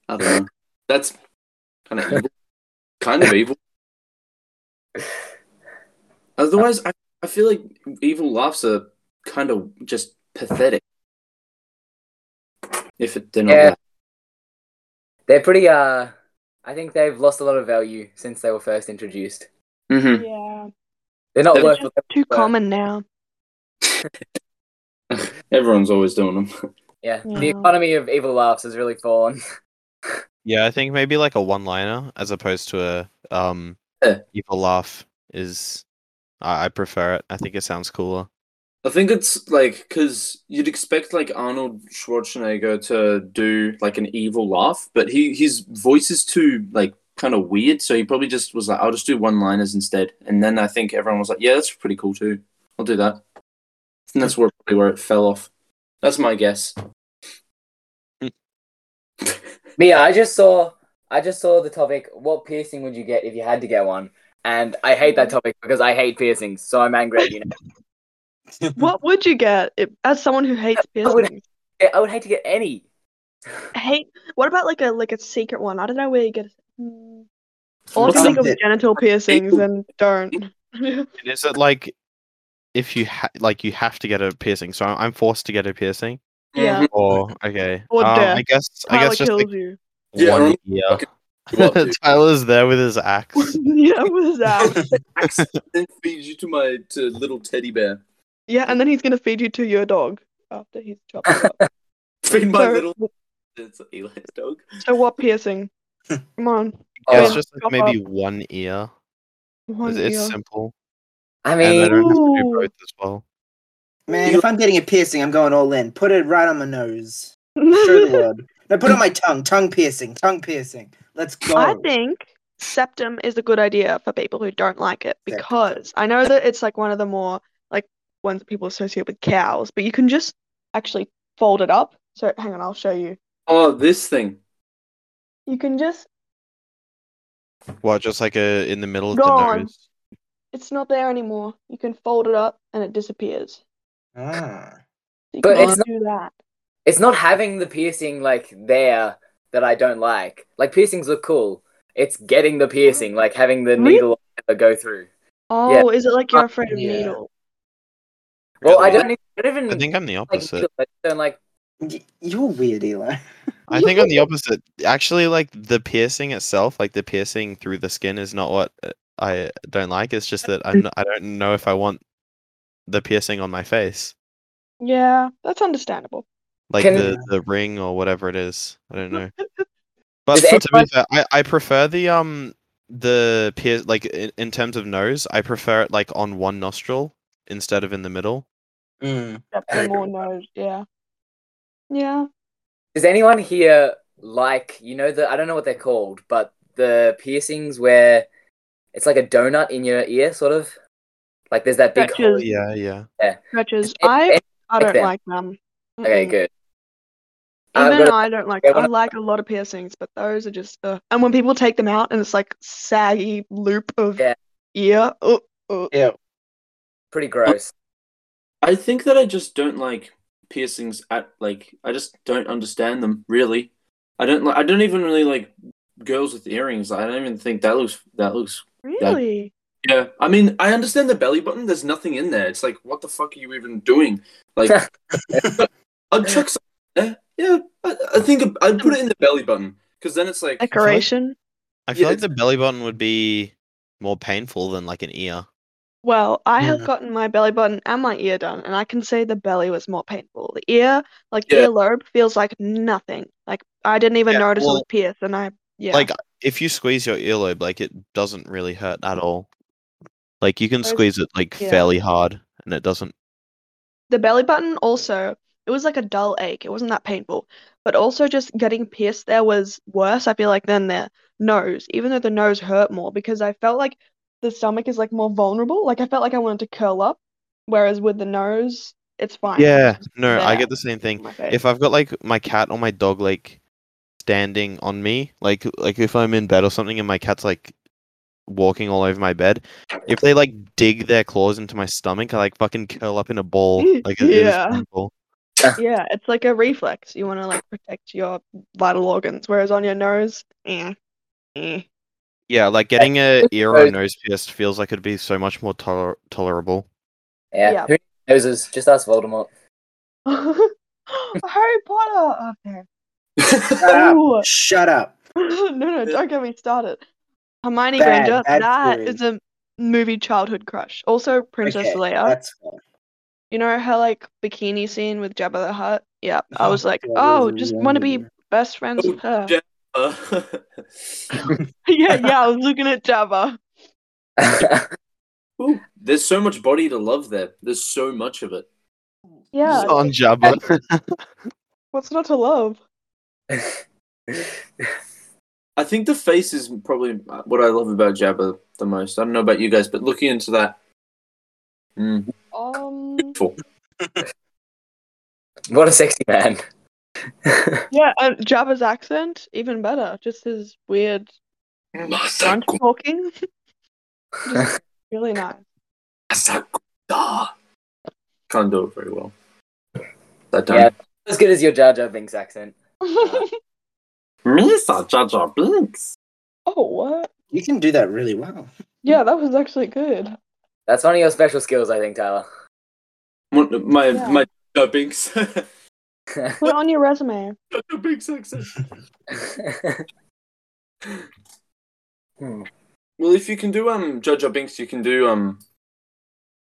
S1: I don't know. <laughs> That's kind of evil. kind of <laughs> evil. Otherwise, I, I feel like evil laughs are kind of just pathetic. If it, they're not.
S4: Yeah. They're pretty. Uh, I think they've lost a lot of value since they were first introduced.
S1: Mm-hmm.
S3: yeah.
S4: They're not
S1: They're
S4: worth.
S3: just too
S4: but-
S3: common now.
S1: Everyone's always doing them.
S4: Yeah, the
S3: Yeah.
S4: economy of evil laughs has really fallen.
S5: Yeah, I think maybe like a one-liner as opposed to a um
S1: Yeah.
S5: evil laugh is I, I prefer it. I think it sounds cooler.
S1: I think it's like because you'd expect like Arnold Schwarzenegger to do like an evil laugh, but he his voice is too like kind of weird, so he probably just was like, "I'll just do one-liners instead." And then I think everyone was like, "Yeah, that's pretty cool too. I'll do that." And that's where probably where it fell off. That's my guess.
S4: But yeah, I just saw I just saw the topic. What piercing would you get if you had to get one? And I hate that topic because I hate piercings, so I'm angry. at You know,
S3: What would you get if, as someone who hates
S4: I would-
S3: piercings?
S4: Yeah, <laughs> I would hate to get any.
S3: Hate. What about like a like a secret one? I don't know where you get. Mm. All I
S1: What's
S3: can think of is
S2: that?
S3: genital piercings and don't. <laughs>
S5: Is it like if you ha- like you have to get a piercing? So I'm, I'm forced to get a piercing, <laughs>
S3: Yeah. <laughs>
S5: or okay,
S3: Or
S5: um, I
S3: death.
S5: guess I
S3: Tyler
S5: guess just
S3: kills
S5: like
S3: you.
S1: Yeah,
S5: one
S1: I'm-
S5: year.
S1: What, dude?
S5: <laughs> Tyler's there with
S3: <laughs>
S5: his axe. <laughs>
S3: yeah, what is that?
S1: Axe then feeds you to my to little teddy bear.
S3: Yeah, and then he's gonna feed you to your dog after he's chopped it up.
S1: Feed my
S3: So-
S1: little. It's Eli's dog.
S3: So what piercing? Come on.
S5: Yeah,
S4: Oh,
S5: it's just like
S3: Chop
S5: maybe one ear.
S3: One
S5: it's, it's
S3: ear.
S5: simple,
S4: I
S5: and I
S4: mean,
S5: don't have to do
S3: Ooh.
S5: both as well.
S2: Man, if I'm getting a piercing, I'm going all in. Put it right on my nose. Show <laughs>
S3: <laughs>
S2: the world. No, put it on my tongue. Tongue piercing. Tongue piercing. Let's go.
S3: I think septum is a good idea for people who don't like it
S2: Septum.
S3: because I know that it's like one of the more like ones that people associate with cows, but you can just actually fold it up. So hang on, I'll show you.
S1: Oh, this thing.
S3: You can just
S5: What, just like a in the middle of the
S3: Gone.
S5: nose?
S3: it's not there anymore. You can fold it up and it disappears.
S2: Ah.
S3: You
S4: But
S3: can
S4: it's
S3: do that.
S4: it's not having the piercing like there that I don't like. Like piercings look cool. It's getting the piercing, like having the
S3: Really?
S4: needle go through.
S3: Oh, is it like you're afraid of
S2: Yeah.
S3: needles?
S4: Well, I
S5: Really?
S4: don't, I don't even
S5: I think I'm the
S4: like
S5: opposite.
S4: needles. I just don't like.
S2: Y- you're weird, Eli.
S5: I think I'm the opposite. Actually, like the piercing itself, like the piercing through the skin, is not what uh, I don't like. It's just that I'm not, I don't know if I want the piercing on my face,
S3: Yeah, that's understandable.
S5: like
S4: Can-
S5: the the ring or whatever it is. I
S4: <laughs>
S5: don't know.
S4: Does
S5: But to be
S4: anyone-
S5: fair, I, I prefer the um the pier like in, in terms of nose, I prefer it like on one nostril instead of in the middle.
S2: Mm.
S3: Septum or nose, yeah. Yeah.
S4: Does anyone here like you know the I don't know what they're called, but the piercings where it's like a donut in your ear, sort of. Like there's that big hole.
S3: Stretches,
S5: Yeah, yeah.
S3: stretches.
S4: Any-
S3: I
S4: any-
S3: I don't
S4: them.
S3: like them.
S4: Okay,
S2: Mm-hmm.
S3: Mm-mm.
S4: good. Uh, I've
S3: Even
S4: got a-
S3: I don't like.
S4: yeah,
S3: I
S4: one of-
S3: like a lot of piercings, but those are just. Uh, and when people take them out, and it's like saggy loop of
S4: Yeah.
S3: ear. Oh, oh.
S2: Ew.
S4: Pretty gross.
S1: I think that I just don't like piercings at like I just don't understand them really. I don't like I don't even really like girls with earrings. I don't even think that looks that looks
S3: really?
S1: yeah. I mean, I understand the belly button. There's nothing in there. It's like what the fuck are you even doing? Like I'd chuck something there. Yeah, I, I think I'd put it in the belly button because then it's like
S3: Decoration.
S5: I feel
S1: Yeah,
S5: like the belly button would be more painful than like an ear.
S3: Well, I have
S2: Yeah.
S3: gotten my belly button and my ear done, and I can say the belly was more painful. The ear, like
S1: Yeah.
S3: earlobe, feels like nothing. Like I didn't even
S5: Yeah,
S3: notice it
S5: well,
S3: was pierced, and I yeah.
S5: Like if you squeeze your earlobe, like it doesn't really hurt at all. Like you can
S3: Whereas-
S5: squeeze it like
S3: Oh, yeah.
S5: fairly hard and it doesn't
S3: The belly button also, it was like a dull ache. It wasn't that painful. But also just getting pierced there was worse, I feel like, than the nose, even though the nose hurt more because I felt like the stomach is like more vulnerable. Like I felt like I wanted to curl up, whereas with the nose, it's fine.
S5: Yeah, no, I
S3: there.
S5: get the same thing.
S3: My face.
S5: If I've got like my cat or my dog like standing on me, like like if I'm in bed or something and my cat's like walking all over my bed, if they like dig their claws into my stomach, I like fucking curl up in
S3: <laughs>
S5: a ball. Like it is
S3: Yeah.
S5: painful.
S3: Yeah, it's like a reflex. You want to like protect your vital organs, whereas on your nose, eh, <laughs> eh.
S5: Yeah, like getting a ear or
S4: Those-
S5: nose pierced feels like it'd be so much more toler- tolerable.
S4: yeah.
S3: Yeah.
S4: Who knows? Just ask Voldemort. <laughs>
S3: Harry Potter up there.
S1: <laughs>
S2: Shut up.
S3: Ooh.
S2: Shut up.
S3: <laughs> no, no, don't get me started. Hermione
S2: Bad,
S3: Granger,
S2: bad
S3: that
S2: theory.
S3: is a movie childhood crush. Also, Princess
S2: Okay,
S3: Leia.
S2: That's fine.
S3: You know her like bikini scene with Jabba the Hutt? Yeah, I was like,
S2: God,
S3: oh,
S2: this is
S3: just want to be
S2: wonderful.
S3: best friends
S1: Oh,
S3: with her. <laughs>
S1: Jabba.
S3: yeah, yeah, I was looking at Jabba.
S1: <laughs> Ooh, there's so much body to love there. There's so much of it.
S3: Yeah.
S5: <laughs>
S3: <laughs>
S5: on Jabba.
S3: What's not to love?
S1: I think the face is probably uh, what I love about Jabba the most. I don't know about you guys, but looking into that, mm, <laughs>
S3: Um.
S1: beautiful.
S4: What a sexy man. <laughs>
S3: Yeah, and Jabba's accent even better. Just his weird grunt talking. <laughs>
S2: <laughs>
S3: Just really nice.
S1: Can't do it very well. That
S4: Yeah.
S1: time.
S4: As good as your Jar Jar Binks accent.
S1: Misa Jar Jar Binks.
S3: oh, what?
S2: You can do that really well.
S3: <laughs> Yeah, that was actually good.
S4: That's one of your special skills, I think, Tyler. <laughs>
S1: One- My
S3: Yeah.
S1: my Jar Binks. <laughs> Jar
S3: Put it on your resume.
S1: Jar Binks accent.
S4: Hmm.
S1: Well, if you can do um Jar Jar Binks, you can do um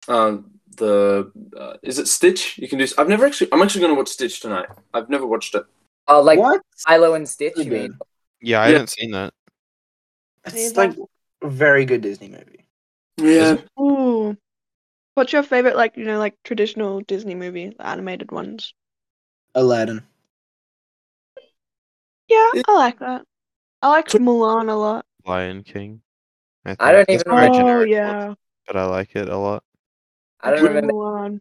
S1: uh the uh, is it Stitch? You can do. I've never actually. I'm actually going to watch Stitch tonight. I've never watched it.
S4: Oh, like
S2: what?
S4: Hilo and Stitch, you
S2: Really
S4: mean?
S2: good.
S5: yeah, I
S1: Yeah.
S5: haven't seen that.
S2: It's like a very good Disney movie.
S1: Yeah.
S3: Ooh. What's your favorite, like, you know, like traditional Disney movie, the animated ones?
S2: Aladdin.
S3: Yeah,
S1: It-
S3: I like that. I like Mulan a lot.
S5: Lion King.
S4: I don't
S5: think. It's
S4: even
S5: a very
S4: remember-
S3: Oh,
S5: generic one,
S3: yeah.
S5: but I like it a lot.
S4: I don't
S3: Which
S4: remember.
S3: Mulan.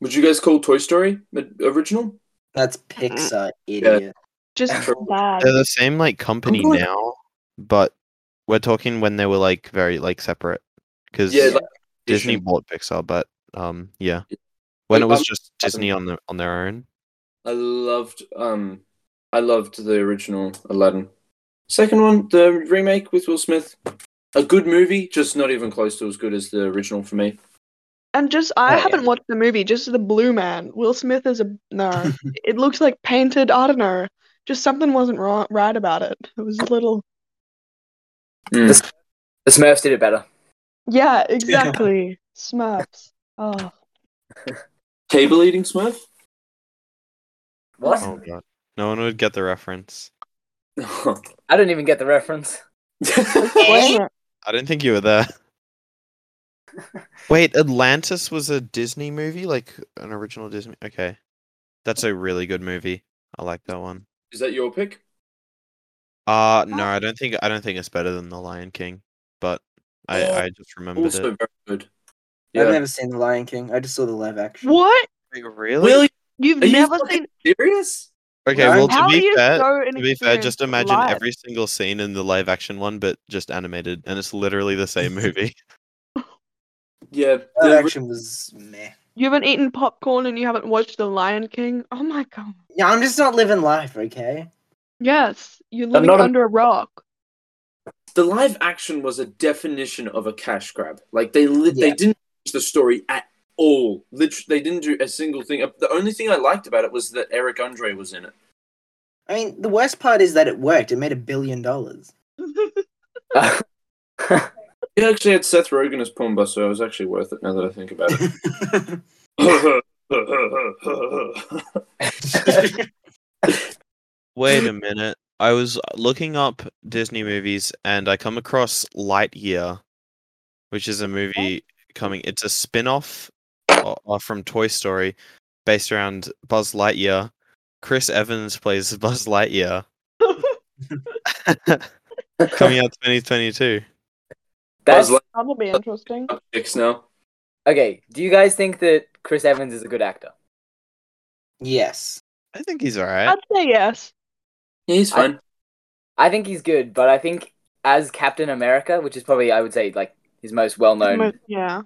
S1: Would you guys call Toy Story the original?
S2: That's
S3: Uh-huh.
S2: Pixar, idiot.
S3: Just
S1: True.
S3: bad.
S5: They're the same like company
S1: going-
S5: now, but we're talking when they were like very like separate because
S1: Yeah. Like,
S5: Disney
S1: edition.
S5: bought Pixar, but um yeah, when it was
S1: um,
S5: just Disney on the on their own.
S1: I loved um I loved the original Aladdin. Second one, the remake with Will Smith. A good movie, just not even close to as good as the original for me.
S3: And just, I
S4: Oh, yeah.
S3: haven't watched the movie, just the blue man. Will Smith is a,
S5: <laughs>
S3: no. it looks like painted, I don't know. Just something wasn't wrong, right about it. It was a little.
S1: Mm.
S4: The Smurfs did it better.
S3: Yeah, exactly. Smurfs. Oh.
S1: Table eating Smith?
S4: What?
S5: Oh god, no one would get the reference.
S4: I don't even get the
S5: <laughs>
S4: reference.
S3: Explain it.
S5: I didn't think you were there. <laughs> Wait, Atlantis was a Disney movie, like an original Disney. Okay, that's a really good movie. I like that one.
S1: <laughs> Is that your pick?
S5: Uh no, I don't think I don't think it's better than The Lion King, but I
S1: Oh,
S5: I just remembered
S1: Also
S5: it.
S1: very good.
S2: I've
S1: Yeah.
S2: never seen The Lion King. I just saw the live action.
S3: What?
S5: really?
S1: Will
S3: You've
S1: Are you
S3: never
S1: fucking
S3: seen.
S1: serious?
S5: Okay,
S2: No.
S5: well
S3: How
S5: to
S3: are
S5: be
S3: you
S5: fair,
S3: so
S5: to be fair,
S3: inexperienced
S5: just
S3: with
S5: imagine
S3: life?
S5: every single scene in the live action one, but just animated, and it's literally the same movie.
S1: Yeah.
S2: The
S1: the
S2: live
S1: ori-
S2: action was meh.
S3: You haven't eaten popcorn and you haven't watched The Lion King. Oh my god.
S2: Yeah, I'm just not living life, okay?
S3: Yes, you're living
S4: not a-
S3: under
S2: <laughs>
S3: a rock.
S1: the live action was a definition of a cash grab. Like they li- they
S2: Yeah.
S1: didn't change the story at all. Literally, they didn't do a single thing. The only thing I liked about it was that Eric Andre was in it.
S2: I mean, the worst part is that it worked. It made a billion dollars. <laughs>
S4: <laughs>
S1: It actually had Seth Rogen as Pumbaa, so it was actually worth it. Now that I think about it.
S5: Wait <laughs> a minute. I was uh, looking up Disney movies and I come across Lightyear, which is a movie coming. It's a spin off from Toy Story based around Buzz Lightyear. Chris Evans plays <laughs> Buzz Lightyear coming out 2022.
S4: That's
S1: Buzz
S3: That'll be interesting.
S1: Lightyear six now.
S4: okay. Do you guys think that Chris Evans is a good actor?
S2: yes.
S5: I think he's alright.
S3: I'd say yes.
S1: Yeah, he's fine.
S4: I think he's good, but I think as Captain America, which is probably I would say like his most well known,
S3: Yeah.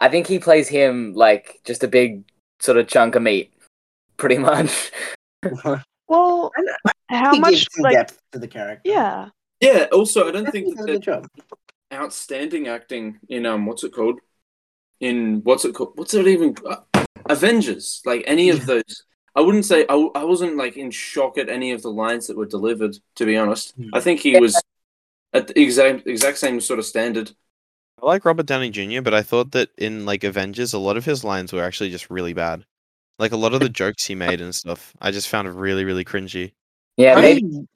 S4: I think he plays him like just a big sort of chunk of meat, pretty much. <laughs>
S3: Well,
S2: I know.
S3: how
S2: he
S3: much
S2: gives some
S3: like
S2: depth to the character.
S3: yeah.
S1: yeah. Also, I don't
S2: I think
S1: think
S2: he
S1: that
S2: <laughs> does a
S1: they're
S2: good job.
S1: outstanding acting in um what's it called in what's it called what's it even uh, avengers like any of
S2: Yeah.
S1: those i wouldn't say I, w- I wasn't like in shock at any of the lines that were delivered to be honest
S2: Hmm.
S1: i think he was at the exact exact same sort of
S2: <laughs>
S1: standard
S5: I like Robert Downey Jr., but I thought that in like Avengers, a lot of his lines were actually just really bad. Like a lot of the jokes he made and stuff, I just found really, really cringy.
S4: Yeah,
S2: I
S4: maybe
S2: mean,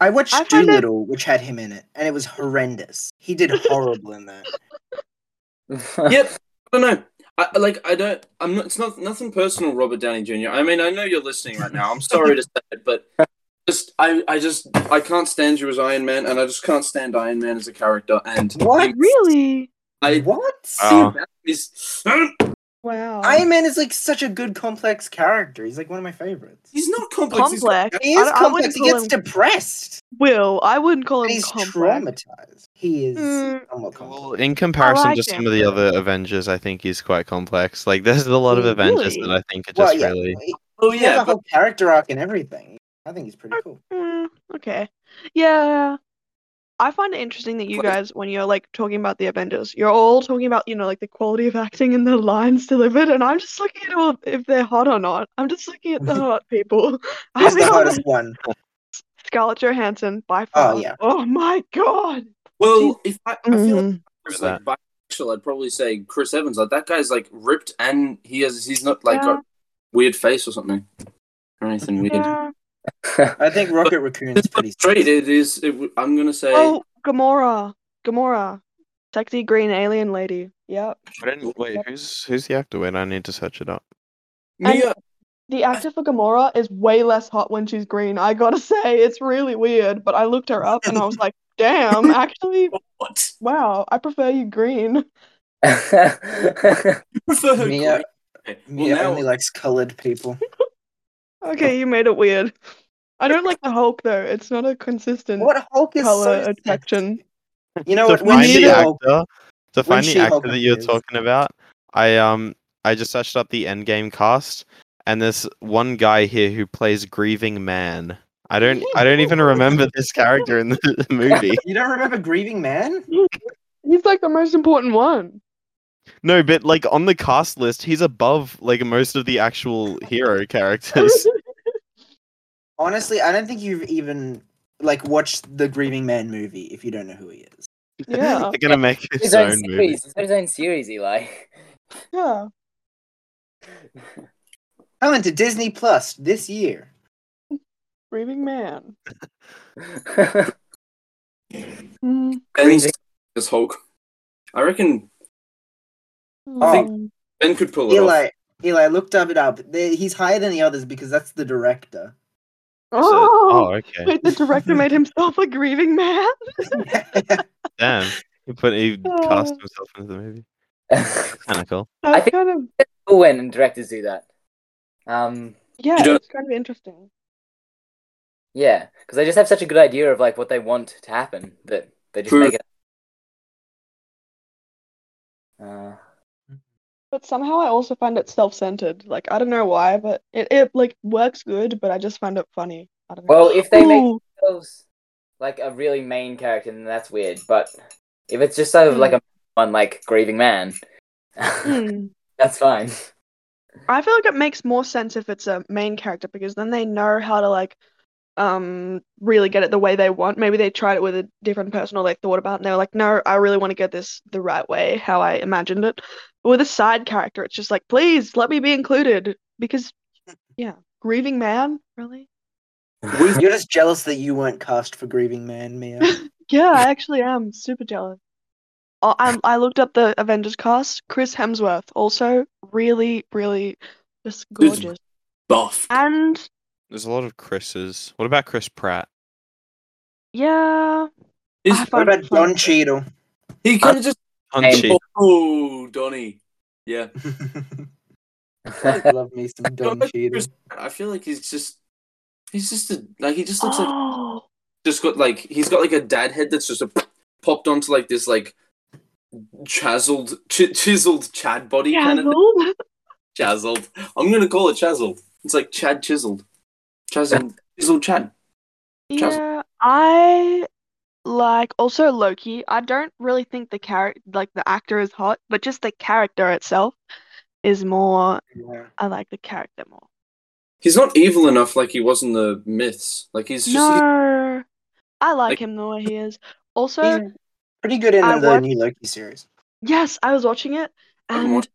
S2: I watched
S3: I find it-
S2: Doolittle, which had him in it, and it was horrendous. He did horrible in that.
S4: <laughs>
S1: yep. I don't know. I, I- like I don't. I'm not. It's not nothing personal, Robert Downey Jr. I mean, I know you're listening right now. I'm sorry to say it,
S2: <laughs>
S1: but just I, I just I can't stand you as Iron Man, and I just can't stand Iron Man as a character. And
S2: What?
S3: Really?
S1: I
S2: What?
S3: um,
S5: Oh.
S1: that is um,
S3: Wow.
S2: Iron Man is like such a good complex character. He's like one of my favorites.
S1: he's not complex. he's got-
S3: complex.
S2: He
S3: I
S2: is
S3: don't- I
S2: complex.
S3: wouldn't
S2: He
S3: call
S2: gets
S3: him-
S2: depressed.
S3: Will. I wouldn't call
S2: And
S3: him
S2: he's
S3: complex.
S2: traumatized. He is
S3: Mm.
S2: somewhat
S5: Well,
S2: complex.
S5: in comparison to
S3: like
S5: some of the other Avengers, I think he's quite complex. Like, there's a lot of Avengers
S3: Really?
S5: that I think are
S2: Well,
S5: just
S2: yeah.
S5: really.
S2: He,
S1: Oh
S2: he has
S1: yeah,
S2: a whole character arc and everything. I think he's pretty cool.
S3: Mm, okay. Yeah. I find it interesting that you
S1: Complex.
S3: guys, when you're like talking about the Avengers, you're all talking about, you know, like the quality of acting and the lines delivered, and I'm just looking at all, if they're hot or not. I'm just looking at the hot people. I
S2: He's the
S3: mean,
S2: hardest one.
S3: Scarlett Johansson by far.
S2: yeah.
S3: Oh my god.
S1: Well, if I, I feel like,
S3: Mm.
S5: Look
S1: it's
S5: at
S1: like bisexual, I'd probably say Chris Evans. Like that guy's like ripped, and he has he's not like
S3: Yeah.
S1: got weird face or something or anything weird.
S3: Yeah.
S2: I think Rocket Raccoon is pretty
S1: Straight, it is. It, w- I'm gonna say.
S3: Oh, Gamora. Gamora. Sexy green alien lady. Yep.
S5: I didn't, wait, who's who's the actor? Wait, I need to search it up.
S1: Mia,
S3: The actor for Gamora is way less hot when she's green. I gotta say, it's really weird, but I looked her up and I was <laughs> like, damn, actually,
S1: what? <laughs>
S3: wow, I prefer you green. <laughs>
S1: Prefer her
S2: Mia-
S1: green. Okay, well,
S2: Mia
S1: now-
S2: only likes colored people.
S3: Okay, you made it weird. I don't like the Hulk though. It's not a consistent
S2: What Hulk is
S3: color
S2: so
S3: attraction.
S2: sexy. You know
S5: to
S2: what? When
S5: find
S3: need
S2: she
S3: a-
S5: the
S2: Hulk,
S5: actor, to
S2: when
S5: find the
S2: She-Hulk
S5: actor that you're
S2: appears.
S5: talking about, I um I just searched up the Endgame cast, and there's one guy here who plays grieving man. I don't I
S2: <laughs>
S5: don't even remember this character in the <laughs> movie.
S2: you don't remember Grieving Man?
S3: He's like the most important <laughs> one.
S5: No, but like on the cast list, he's above like most of the actual
S2: <laughs>
S5: hero characters. <laughs>
S2: Honestly, I don't think you've even like watched the Grieving Man movie if you don't know who he is.
S3: Yeah.
S5: They're gonna make his
S4: his own
S5: own
S4: series.
S2: <laughs>
S5: movie.
S4: He's got his own series, Eli.
S3: <laughs>
S4: <laughs>
S3: Yeah.
S2: Coming to Disney Plus this year.
S3: Grieving man. Mm,
S1: Ben's as Hulk. I reckon
S2: I
S1: think-
S3: mm.
S1: Ben could pull it off.
S2: Eli, Eli looked up it up. They- He's higher than the others because that's the director.
S5: So-
S3: Oh,
S5: oh, okay.
S3: wait, the director made himself a <laughs> grieving man?
S5: Damn. He put he cast
S3: Oh.
S5: himself into the movie.
S4: oh,
S5: Kinda cool.
S3: That's
S4: think-
S3: kind of
S4: when directors do that. Um,
S3: yeah,
S1: You don't-
S3: it's kind of interesting.
S4: yeah, because they just have such a good idea of like what they want to happen that they just
S1: True.
S4: make it. Uh,
S3: But somehow I also find it self-centered. Like I don't know why, but it, it like works good, but I just find it funny. I don't know.
S4: well, if they make
S3: Ooh,
S4: themselves like a really main character, then that's weird. But if it's just sort of like a one like grieving man,
S3: hmm.
S4: <laughs> that's fine.
S3: <laughs> I feel like it makes more sense if it's a main character because then they know how to like um really get it the way they want. Maybe they tried it with a different person or they thought about it and they were like, no, I really want to get this the right way, how I imagined it. But with a side character, it's just like, please let me be included because yeah, grieving man, really?
S4: <laughs>
S1: With-
S2: <laughs> You're just jealous that you weren't cast for Grieving Man,
S3: <laughs>
S2: Mia.
S3: Yeah, I actually am super jealous. Oh, I I looked up the Avengers cast. Chris Hemsworth also really, really just
S1: Dude's
S3: gorgeous.
S1: buff.
S3: And
S5: There's a lot of Chris's. What about Chris Pratt?
S3: yeah,
S1: Is,
S3: I find
S2: What about
S3: it funny.
S2: Don Cheadle? <laughs>
S1: he kind of just.
S5: Punchy.
S1: Oh, Donnie. Yeah.
S2: Love me some Don
S1: Don't like
S2: Cheadle.
S1: Chris Pratt. I feel like he's just he's just a like he just looks like
S3: <gasps> Oh,
S1: just got like he's got like a dad head that's just a, <laughs> popped onto like this like chiseled ch- chiseled Chad body kind of thing. <laughs>
S3: Dazzled.
S1: chiseled. I'm gonna call it chiseled. It's like Chad chiseled, chiseled, chiseled Chad. Chaz-
S3: Yeah, I like also Loki. I don't really think the character, like the actor, is hot, but just the character itself is more.
S2: Yeah.
S3: I like the character more.
S1: He's not evil enough like he was in the myths. Like he's just
S3: No, I like,
S1: Like-
S3: him the way he is. Also,
S2: He's pretty good in
S3: I
S2: the
S3: watched-
S2: new Loki series.
S3: Yes, I was watching it
S1: I'm watch-
S3: and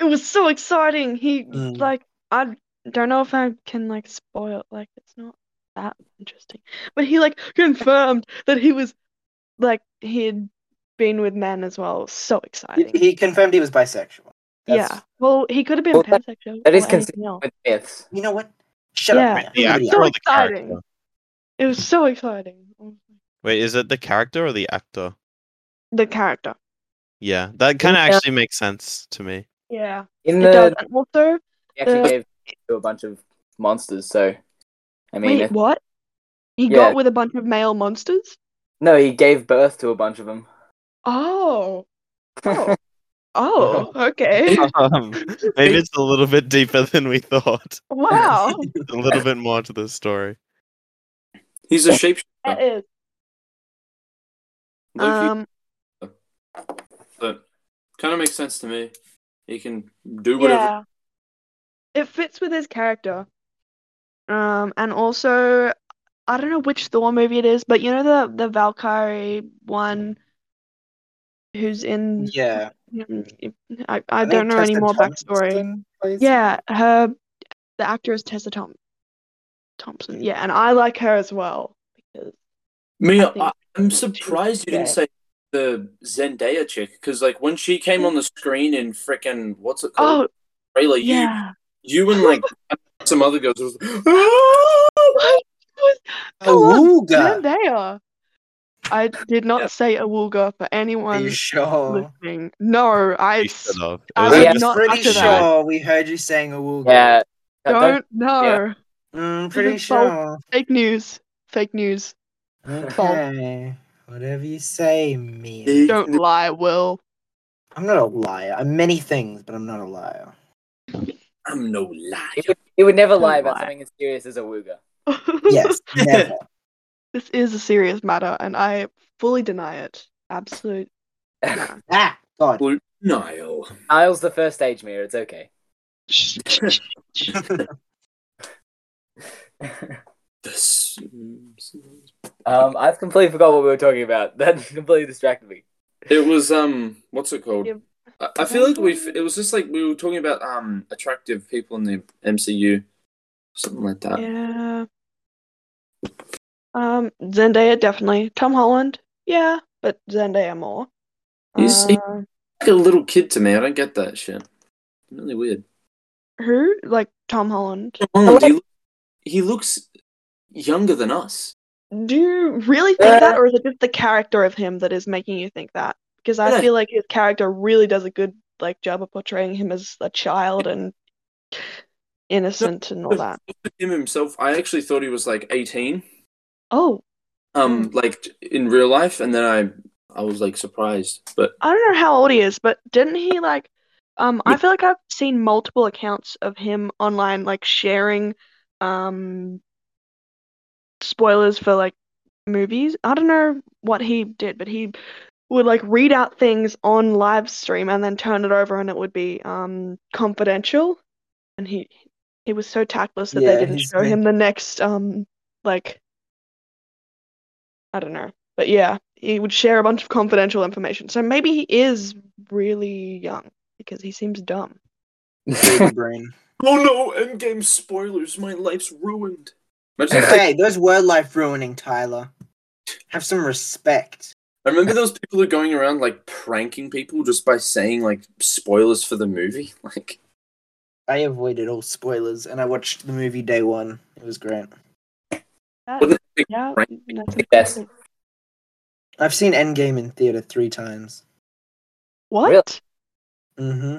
S3: it was so exciting. He
S2: Mm.
S3: like I don't know if I can like spoil like it's not that interesting. But he like confirmed that he was like he had been with men as well. So
S2: He,
S3: exciting.
S2: he confirmed he was bisexual. That's-
S3: yeah. Well, he could have been
S4: Well, that-
S3: pansexual.
S4: that is
S3: or anything
S4: consistent
S3: else.
S4: with myths.
S2: You know what? Shut
S3: Yeah.
S2: up.
S5: The
S2: Yeah.
S5: actor
S3: so
S5: or the
S3: exciting.
S5: character?
S3: It was so exciting.
S5: Wait, is it the character or the actor?
S3: The character.
S5: Yeah, that kind of
S4: Yeah.
S5: actually makes sense to me.
S3: Yeah.
S4: In
S3: It does.
S4: the
S3: And also,
S4: they actually
S3: Uh,
S4: gave to a bunch of monsters, so I mean,
S3: wait,
S4: if-
S3: what? He
S4: Yeah.
S3: got with a bunch of male monsters?
S4: no, he gave birth to a bunch of them.
S3: Oh. Oh. Oh,
S4: <laughs>
S3: okay.
S5: Um, <laughs> maybe it's a little bit deeper than we thought.
S3: Wow.
S5: A little bit more to the story.
S1: He's a shapeshifter.
S3: That is.
S1: Loki,
S3: Um,
S1: but kind of makes sense to me. He can do whatever.
S3: yeah. It fits with his character. Um, and also, I don't know which Thor movie it is, but you know the the Valkyrie one who's in.
S2: yeah.
S3: I, I don't know any more backstory. Yeah, her the actor is Tessa Thom- Thompson. Yeah, and I like her as well because
S1: Mia,
S3: I
S1: I I'm surprised you didn't
S3: gay.
S1: say the Zendaya chick because, like, when she came on the screen in frickin' what's it called?
S3: Mm-hmm. oh
S1: trailer,
S3: yeah,
S1: you you and like <laughs> some other girls was
S3: What?
S2: Oh, Wooga.
S3: Zendaya. I did not say awooga for
S2: Are
S3: anyone
S2: you sure?
S3: listening. No, I
S5: You should have. It
S3: I
S5: was
S4: was
S5: a
S4: Yeah.
S2: I'm
S3: not
S2: pretty
S3: after
S2: sure
S3: that.
S2: we heard you saying a Wooga.
S4: <laughs> Yeah, I don't-
S3: don't know.
S2: Mm,
S3: Even
S2: pretty sure.
S3: both- Fake news.
S2: <laughs>
S3: Fake news.
S2: Okay. Whatever you say,
S1: <gasps>
S2: me.
S1: Fake
S3: Don't
S1: news.
S3: lie, Will. <laughs>
S2: I'm not a liar. I'm many things, but I'm not a
S3: <laughs>
S2: liar.
S1: I'm no liar.
S4: he would, he would never
S3: Don't
S4: lie about
S3: lie.
S4: something as serious as a wooga.
S2: Yes, never.
S3: This is a serious matter, and I fully deny it.
S2: <laughs>
S3: Absolute. nah.
S2: Ah, God.
S4: <laughs>
S1: Blue Nile.
S4: Niall's the first stage mirror. It's okay.
S3: <laughs>
S1: This
S4: um, I've completely forgot what we were talking about. <laughs> That completely distracted me.
S1: it was um what's it called?
S3: Yeah.
S1: I, I feel like we it was just like we were talking about um attractive people in the MCU, something like that.
S3: Yeah. Um, Zendaya definitely. Tom Holland, yeah, but Zendaya more.
S1: He's- he-
S3: Uh,
S1: Like a little kid to me. I don't get that shit. Really weird.
S3: who? Like Tom Holland.
S1: Holland, he, loo- Oh, he looks younger than us.
S3: Do you really think that, or is it just the character of him that is making you think that? Because I
S1: Yeah.
S3: feel like his character really does a good like job of portraying him as a child and innocent and all that.
S1: Him himself, I actually thought he was like 18,
S3: Oh,
S1: um, like in real life, and then I, I was like surprised. But
S3: I don't know how old he is, but didn't he like um I feel like I've seen multiple accounts of him online like sharing um spoilers for like movies. I don't know what he did, but he would like read out things on live stream and then turn it over and it would be um confidential. And he he was so tactless that
S2: Yeah,
S3: they didn't
S2: he's
S3: show
S2: been-
S3: him the next um like I don't know. But yeah, he would share a bunch of confidential information. So maybe he is really young because he seems dumb.
S2: Baby brain.
S1: oh no, Endgame spoilers! My life's ruined. Imagine if they-
S2: Hey, those were life ruining, Tyler. Have some respect.
S1: I remember those people who are going around like pranking people just by saying like spoilers for the movie. <laughs> Like,
S2: I avoided all spoilers and I watched the movie day one. It was great.
S1: wasn't it-
S3: yeah,
S1: Right.
S3: that's
S4: Yes.
S3: incredible.
S2: I've seen Endgame in theater three times.
S3: What?
S4: Really?
S2: Mm-hmm.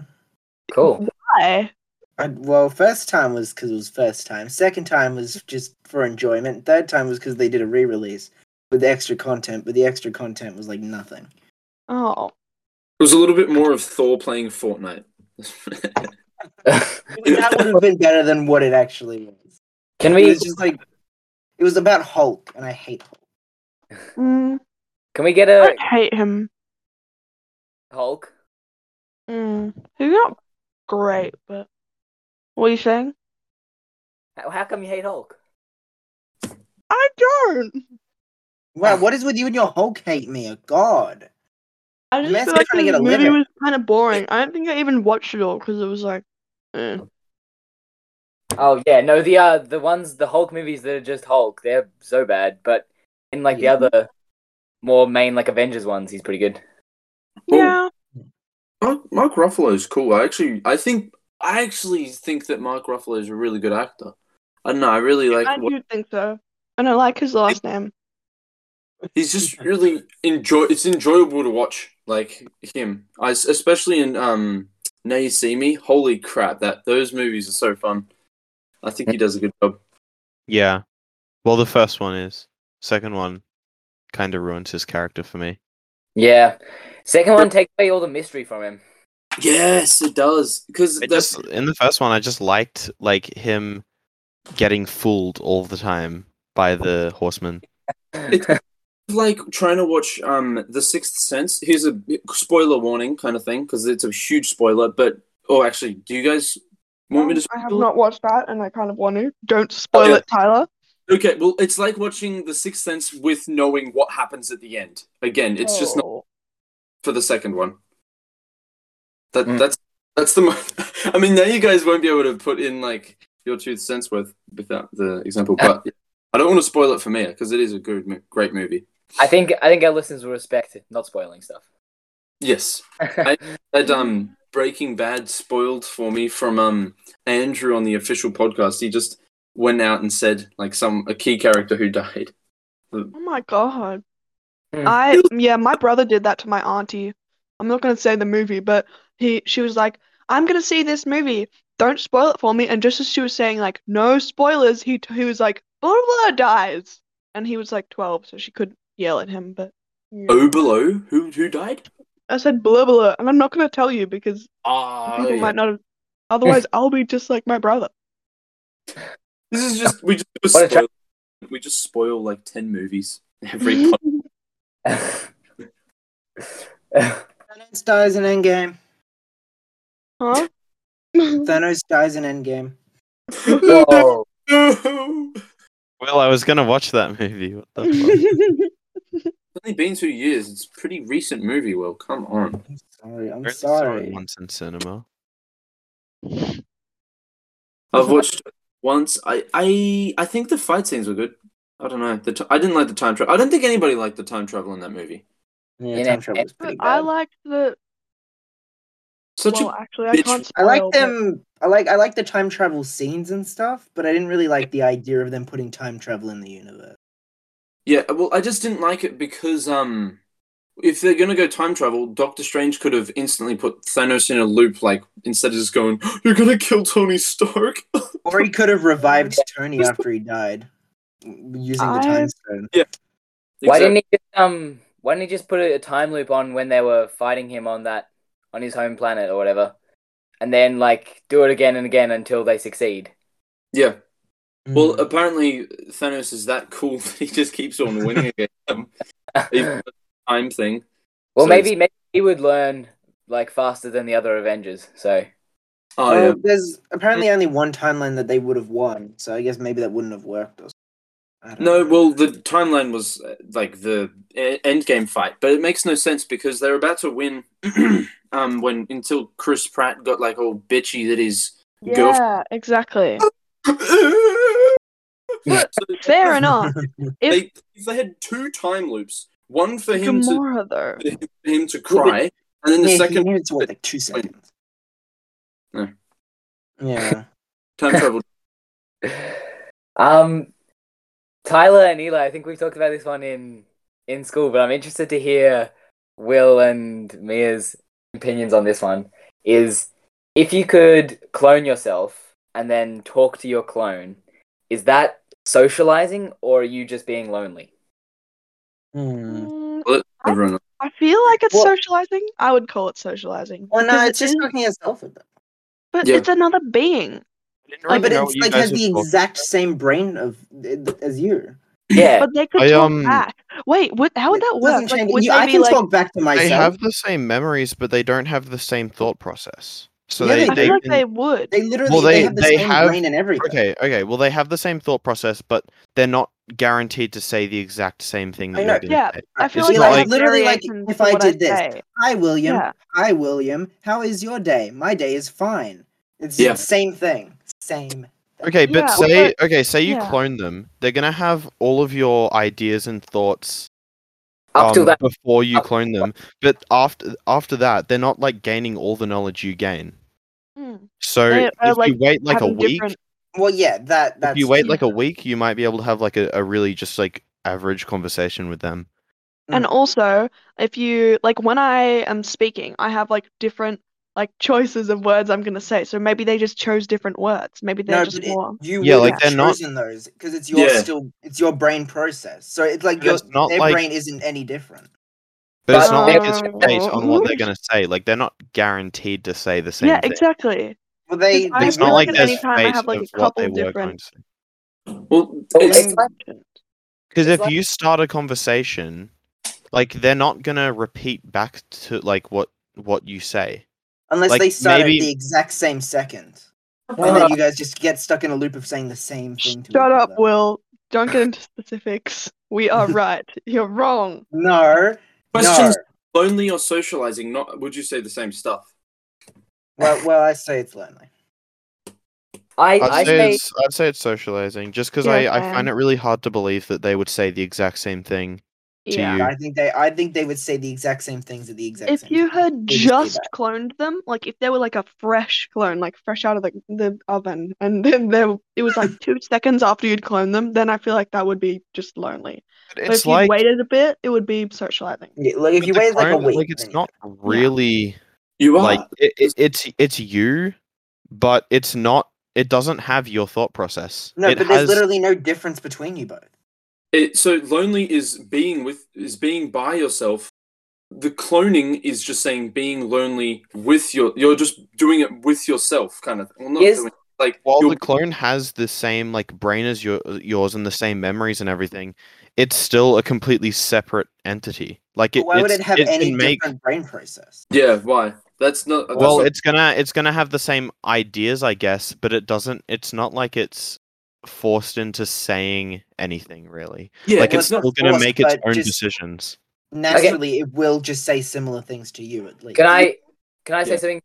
S4: Cool.
S3: Why?
S2: I, well, first time was because it was first time. Second time was just for enjoyment. Third time was because they did a re-release with extra content, but the extra content was like nothing.
S3: Oh,
S1: it was a little bit more of Thor playing Fortnite. <laughs>
S2: That would have been better than what it actually was.
S4: <laughs> Can
S2: It
S4: we
S2: was just like it was about Hulk, and I hate Hulk.
S3: <laughs> mm,
S4: can we get
S3: I
S4: a
S3: don't hate him.
S4: Hulk?
S3: Mm, he's not great, but what are you saying?
S4: How how come you hate Hulk?
S3: I don't.
S2: Wow, what is with you and your Hulk hate me? Oh, God.
S3: I just
S2: Man's
S3: feel like
S2: trying to get
S3: this
S2: a
S3: movie
S2: living.
S3: was kind of boring. I don't think I even watched it all because it was like, eh.
S4: Oh yeah, no the uh the ones the Hulk movies that are just Hulk they're so bad, but in like
S2: Yeah.
S4: the other more main like Avengers ones, he's pretty good.
S1: Ooh.
S3: Yeah.
S1: Mark, Mark Ruffalo is cool. I actually, I think, I actually think that Mark Ruffalo is a really good actor. I don't know. I really like.
S3: I
S1: what-
S3: do think so. And I like his last name.
S1: he's just really enjoy. It's enjoyable to watch, like him, I, especially in um. Now you see me. Holy crap! That those movies are so fun. I think he does a good job.
S5: Yeah. Well, the first one is. Second one kind of ruins his character for me.
S4: Yeah, second one takes away all the mystery from him. <laughs>
S1: Yes, it does. Because
S5: I
S1: that's
S5: just in the first one, I just liked like him getting fooled all the time by the horseman.
S1: It's- like trying to watch um the sixth sense here's a spoiler warning kind of thing because it's a huge spoiler but oh actually do you guys want me to
S3: Um, I have
S1: spoil it? Oh,
S3: not watched that and I kind of want to. Don't spoil
S1: yeah.
S3: it, Tyler.
S1: okay well it's like watching the sixth sense with knowing what happens at the end again it's just not
S3: Oh.
S1: for the second one that
S4: Mm.
S1: that's that's the mo- <laughs> i mean now you guys won't be able to put in like your two cents worth without the example but i don't want to spoil it for me because it is a good mo- great movie
S4: I think I think our listeners will respect not spoiling stuff.
S1: yes that um Breaking Bad spoiled for me from um Andrew on the official podcast. He just went out and said like some a key character who died.
S3: Oh my god.
S1: Mm.
S4: Hmm.
S3: I yeah, my brother did that to my auntie. I'm not gonna say the movie, but he she was like, I'm gonna see this movie. Don't spoil it for me. And just as she was saying like no spoilers, he t- he was like blah blah blah dies, and he was like 12, so she could yell at him. But yeah.
S1: Oh. Obelo, who who died?
S3: I said blah blah, and I'm not gonna tell you because
S1: Ah,
S3: <laughs> people
S1: yeah. <laughs>
S3: might not. have Otherwise, I'll be just like my brother.
S1: this is just we just do a
S4: What a tra-
S1: spoil. we just spoil like ten movies <laughs> every
S4: <laughs>
S3: <laughs>
S1: podcast.
S2: Thanos dies in Endgame.
S3: huh? <laughs>
S2: Thanos dies in Endgame.
S4: Whoa.
S1: <laughs> It's
S5: Well, I was gonna watch that <laughs> movie. What the
S3: <laughs>
S5: fuck?
S1: only been two years. It's a pretty recent movie. Well, come on.
S2: I'm sorry. I'm
S5: I only saw it
S2: sorry.
S5: Once in cinema.
S4: <laughs>
S1: I've watched it once. I I I think the fight scenes were good. I don't know. The t- I didn't like the time travel. I don't think anybody liked the time travel in that movie.
S2: Yeah,
S4: Yeah,
S2: time
S4: that-
S2: travel was pretty
S3: I
S2: bad.
S3: liked the.
S1: Such
S3: well,
S1: a
S3: actually, I
S1: bitch-
S3: can't.
S2: I like
S3: spoil,
S5: Oh,
S3: but-
S2: them. I like I like the time travel scenes and stuff, but I didn't really like the idea of them putting time travel in the universe.
S1: Yeah, well, I just didn't like it because um, if they're gonna go time travel, Doctor Strange could have instantly put Thanos in a loop, like instead of just going, <gasps> "You're gonna kill Tony Stark." <laughs>
S2: Or he could have revived Tony after he died w- using the
S3: I-
S2: time stone.
S4: <laughs> Why didn't he just, um? Why didn't he just put a, a time loop on when they were fighting him on that on his home planet or whatever, and then like do it again and again until they succeed? <laughs>
S1: Yeah. Well, uh,
S2: Mm.
S1: apparently Thanos is that cool <laughs> that he just keeps on winning against them. Even the time thing.
S4: Well,
S1: So
S4: maybe maybe he would learn like faster than the other Avengers. So
S1: Oh
S2: Well,
S1: yeah.
S2: there's apparently only one timeline that they would have won, so I guess maybe that wouldn't have worked. Or I don't
S1: No,
S2: know.
S1: well, the timeline was uh, like the e- endgame fight, but it makes no sense because they're about to win. <clears throat> um, when until Chris Pratt got like all bitchy that he's <laughs> Go-
S3: Yeah,
S2: <laughs>
S3: exactly.
S1: <laughs> So-
S3: Fair enough. If
S1: They, if they had two time loops, one for him to
S3: Gamora, though,
S1: for him to cry, and then
S2: yeah,
S1: the
S2: he
S1: second
S2: needed to wait like two seconds.
S1: No.
S2: Yeah.
S5: <laughs>
S1: time travel.
S4: <sighs> Um, Tyler and Eli, I think we've talked about this one in in school, but I'm interested to hear Will and Mia's opinions on this one. Is if you could clone yourself and then talk to your clone, is that socializing or are you just being
S5: <laughs>
S4: lonely?
S2: Hmm.
S3: Mm,
S1: Everyone,
S3: I feel like it's
S2: Well-
S3: socializing. I would call it socializing.
S2: Well, no,
S3: because
S2: it's
S3: it
S2: just
S3: is-
S2: talking yourself with them.
S3: but
S1: Yeah.
S3: it's another being.
S5: I didn't
S2: Like,
S5: really
S2: but
S5: know
S2: it's
S5: what you
S2: like
S5: guys
S2: has
S5: were
S2: the
S5: talking
S2: exact same brain of eh, as you.
S4: Yeah,
S3: But they could
S5: I,
S3: talk
S5: um,
S3: back. Wait, would, how would
S2: It
S3: Oh,
S2: doesn't
S3: that work? Like,
S2: change-
S3: would
S2: you-
S3: they
S2: I
S3: be
S2: can
S3: like,
S2: talk back to
S5: They
S2: myself.
S5: have the same memories, but they don't have the same thought process. So
S2: Yeah,
S5: they,
S2: they
S3: I
S5: they
S3: feel like
S5: can-
S3: they would.
S2: They literally
S5: Well,
S2: they,
S5: they-
S2: have the
S5: they
S2: same
S5: have-
S2: brain and everything.
S5: Okay, okay. Well, they have the same thought process, but they're not guaranteed to say the exact same thing
S2: I
S5: that
S2: know,
S5: you're going to
S3: yeah.
S5: say.
S3: I feel like,
S5: It's not
S3: I
S5: like-
S3: have
S2: Literally, like,
S3: variations
S2: if
S3: to
S2: I
S3: what
S2: did this,
S3: say.
S2: Hi William.
S3: Yeah.
S2: Hi William. How is your day? My day is fine. It's
S1: Yeah.
S2: the same thing. Same
S5: Okay, but
S3: Yeah,
S5: say okay, say you
S3: yeah.
S5: clone them, they're gonna have all of your ideas and thoughts
S4: Up till
S5: um,
S4: that,
S5: before you
S4: up-
S5: clone them. But after after that, they're not like gaining all the knowledge you gain.
S3: Mm.
S5: So
S3: They are,
S5: if
S3: like,
S5: you wait like a
S3: Having
S5: week,
S3: different-
S2: Well, yeah, that that's
S5: if you wait like a week, you might be able to have like a, a really just like average conversation with them.
S3: And
S2: Mm.
S3: also, if you like when I am speaking, I have like different like choices of words I'm gonna say. So maybe they just chose different words. Maybe they're
S2: no,
S3: just
S2: but it-
S3: more.
S2: you
S5: Yeah,
S2: would
S5: like,
S2: have
S5: they're not-
S2: chosen those because it's your
S1: Yeah.
S2: still it's your brain process. So it's like
S5: But
S2: your
S5: it's not
S2: their
S5: like-
S2: brain isn't any different.
S5: But it's not like it's
S3: Um,
S5: based on
S3: <laughs>
S5: what they're gonna say. Like they're not guaranteed to say the same
S3: Yeah,
S5: thing.
S3: exactly.
S2: Well, they,
S3: I
S2: they
S5: It's
S3: feel
S5: not
S2: will
S5: like
S3: at
S2: do
S5: there's
S2: that.
S3: any time I
S5: space
S3: have, like, a
S5: of what they
S3: couple
S5: were going
S3: different-
S5: to say.
S1: Well,
S4: it's,
S1: it's,
S4: it's like, It's
S5: Because if
S4: like-
S5: you start a conversation, like they're not gonna repeat back to like what what you say.
S2: unless
S5: like,
S2: they start
S5: maybe-
S2: at the exact same second, and
S4: uh,
S2: then you guys just get stuck in a loop of saying the same thing. To
S3: Shut
S2: each
S3: up,
S2: other.
S3: Will. Don't get into specifics. We are right. You're wrong.
S2: No,
S1: questions
S2: no.
S1: lonely or socializing, not would you say the same stuff?
S2: Well, well, I say it's lonely.
S4: I,
S5: I'd
S4: I
S5: say,
S4: say
S5: it's, I'd say it's socializing, just because
S3: Yeah,
S5: I, I
S3: same.
S5: find it really hard to believe that they would say the exact same thing to
S3: Yeah.
S5: <laughs> you.
S2: I think they, I think they would say the exact same things at the exact
S3: If
S2: same.
S3: you
S2: time.
S3: had
S2: They just do
S3: just
S2: that.
S3: cloned them, like if they were like a fresh clone, like fresh out of the, the oven, and then they, it was like two seconds after you'd cloned them, then I feel like that would be just lonely.
S5: But
S3: But if
S5: it's
S3: you
S5: like,
S3: waited a bit, it would be socializing.
S2: Yeah, like if
S5: but
S2: you
S5: the
S2: waited like a
S5: clone-
S2: week,
S5: like, it's
S2: then-
S5: not really
S1: You are.
S5: like it, it- it's it's you, but it's not. It doesn't have your thought process.
S2: No,
S5: it
S2: but
S5: has
S2: there's literally no difference between you both.
S1: It, so lonely is being with is being by yourself. The cloning is just saying being lonely with your. You're just doing it with yourself, kind of. Well, not
S4: Is-
S1: doing, like
S5: while
S1: you're-
S5: the clone has the same like brain as your yours and the same memories and everything, it's still a completely separate entity. Like it,
S2: But why would
S5: it's-
S2: it have
S5: it
S2: any
S5: can make
S2: different brain process?
S1: yeah. Why? That's not. That's
S5: well,
S1: not-
S5: it's gonna it's gonna have the same ideas, I guess, but it doesn't. It's not like it's forced into saying anything really.
S1: yeah.
S5: like
S2: well,
S5: it's
S2: it's not
S5: still gonna
S2: forced,
S5: make its
S2: but
S5: own
S2: just-
S5: decisions.
S2: Naturally, it will just say similar things to you at least.
S4: Can I can I say
S1: Yeah.
S4: something?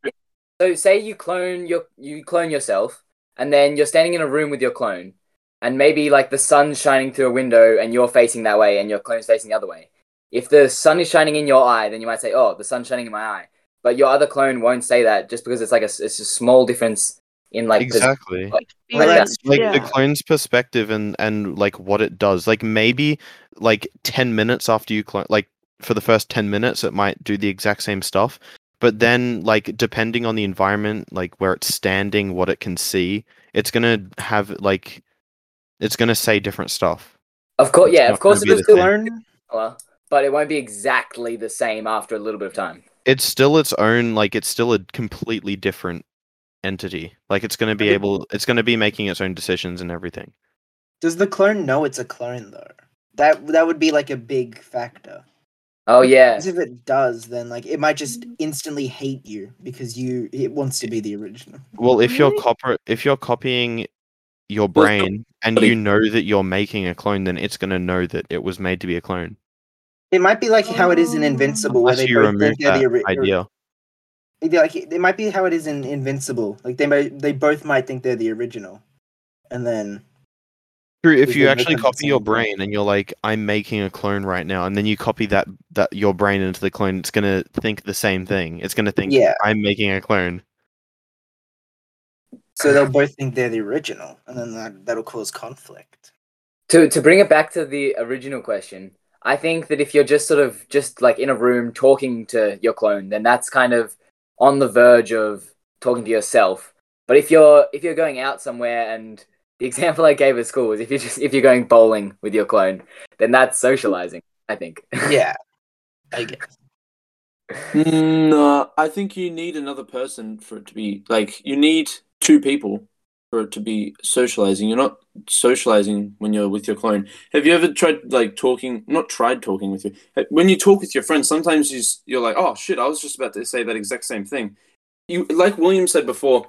S4: So say you clone your you clone yourself, and then you're standing in a room with your clone, and maybe like the sun's shining through a window, and you're facing that way, and your clone's facing the other way. If the sun is shining in your eye, then you might say, "Oh, the sun's shining in my eye," but your other clone won't say that just because it's like a s- it's a small difference in like this-
S5: exactly.
S4: Well, that's-
S3: Experience,
S5: Like
S3: yeah.
S5: the clone's perspective and and like what it does. Like maybe like ten minutes after you clone, like for the first ten minutes, it might do the exact same stuff. But then, like depending on the environment, like where it's standing, what it can see, it's gonna have like, it's gonna say different stuff.
S4: Of course,
S5: It's
S4: yeah,
S5: not
S4: of course,
S5: gonna be
S4: it'll
S5: the
S4: still
S5: same.
S2: Learn
S4: similar, but it won't be exactly the same after a little bit of time.
S5: it's still its own like it's still a completely different entity like it's going to be able it's going to be making its own decisions and everything
S2: Does the clone know it's a clone though? That that would be like a big factor.
S4: Oh yeah,
S2: 'Cause if it does, then like it might just
S3: Mm.
S2: instantly hate you because you it wants to be the original.
S5: well if you're
S3: Really?
S5: copper if you're copying your
S1: Well, it's
S5: brain and
S1: body.
S5: you know that you're making a clone then it's going to know that it was made to be a clone
S2: It might be like how it is in Invincible, where
S5: unless
S2: they
S5: you
S2: both
S5: remove
S2: think they're
S5: that
S2: the ori- or-
S5: idea
S2: it'd be like it might be how it is in Invincible. Like they might they both might think they're the original, and then
S5: True, if
S2: Does
S5: you
S2: it
S5: actually
S2: become the
S5: copy your
S2: same?
S5: brain and you're like i'm making a clone right now and then you copy that that your brain into the clone it's going to think the same thing it's going to think
S2: Yeah.
S5: i'm making a clone
S2: so
S5: <laughs>
S2: they'll both think they're the original, and then that that'll cause <laughs> conflict.
S4: to to bring it back to the original question i think that if you're just sort of just like in a room talking to your clone then that's kind of on the verge of talking to yourself but if you're if you're going out somewhere and the <laughs> example i gave at school was if you're just if you're going bowling with your clone then that's socializing i think <laughs>
S2: Yeah, I guess.
S1: Mm, No, I think you need another person for it to be like you need two people for it to be socializing. You're not socializing when you're with your clone. Have you ever tried like talking? Not tried talking with you. When you talk with your friends, sometimes you s- you're like, oh shit, I was just about to say that exact same thing. You like William said before,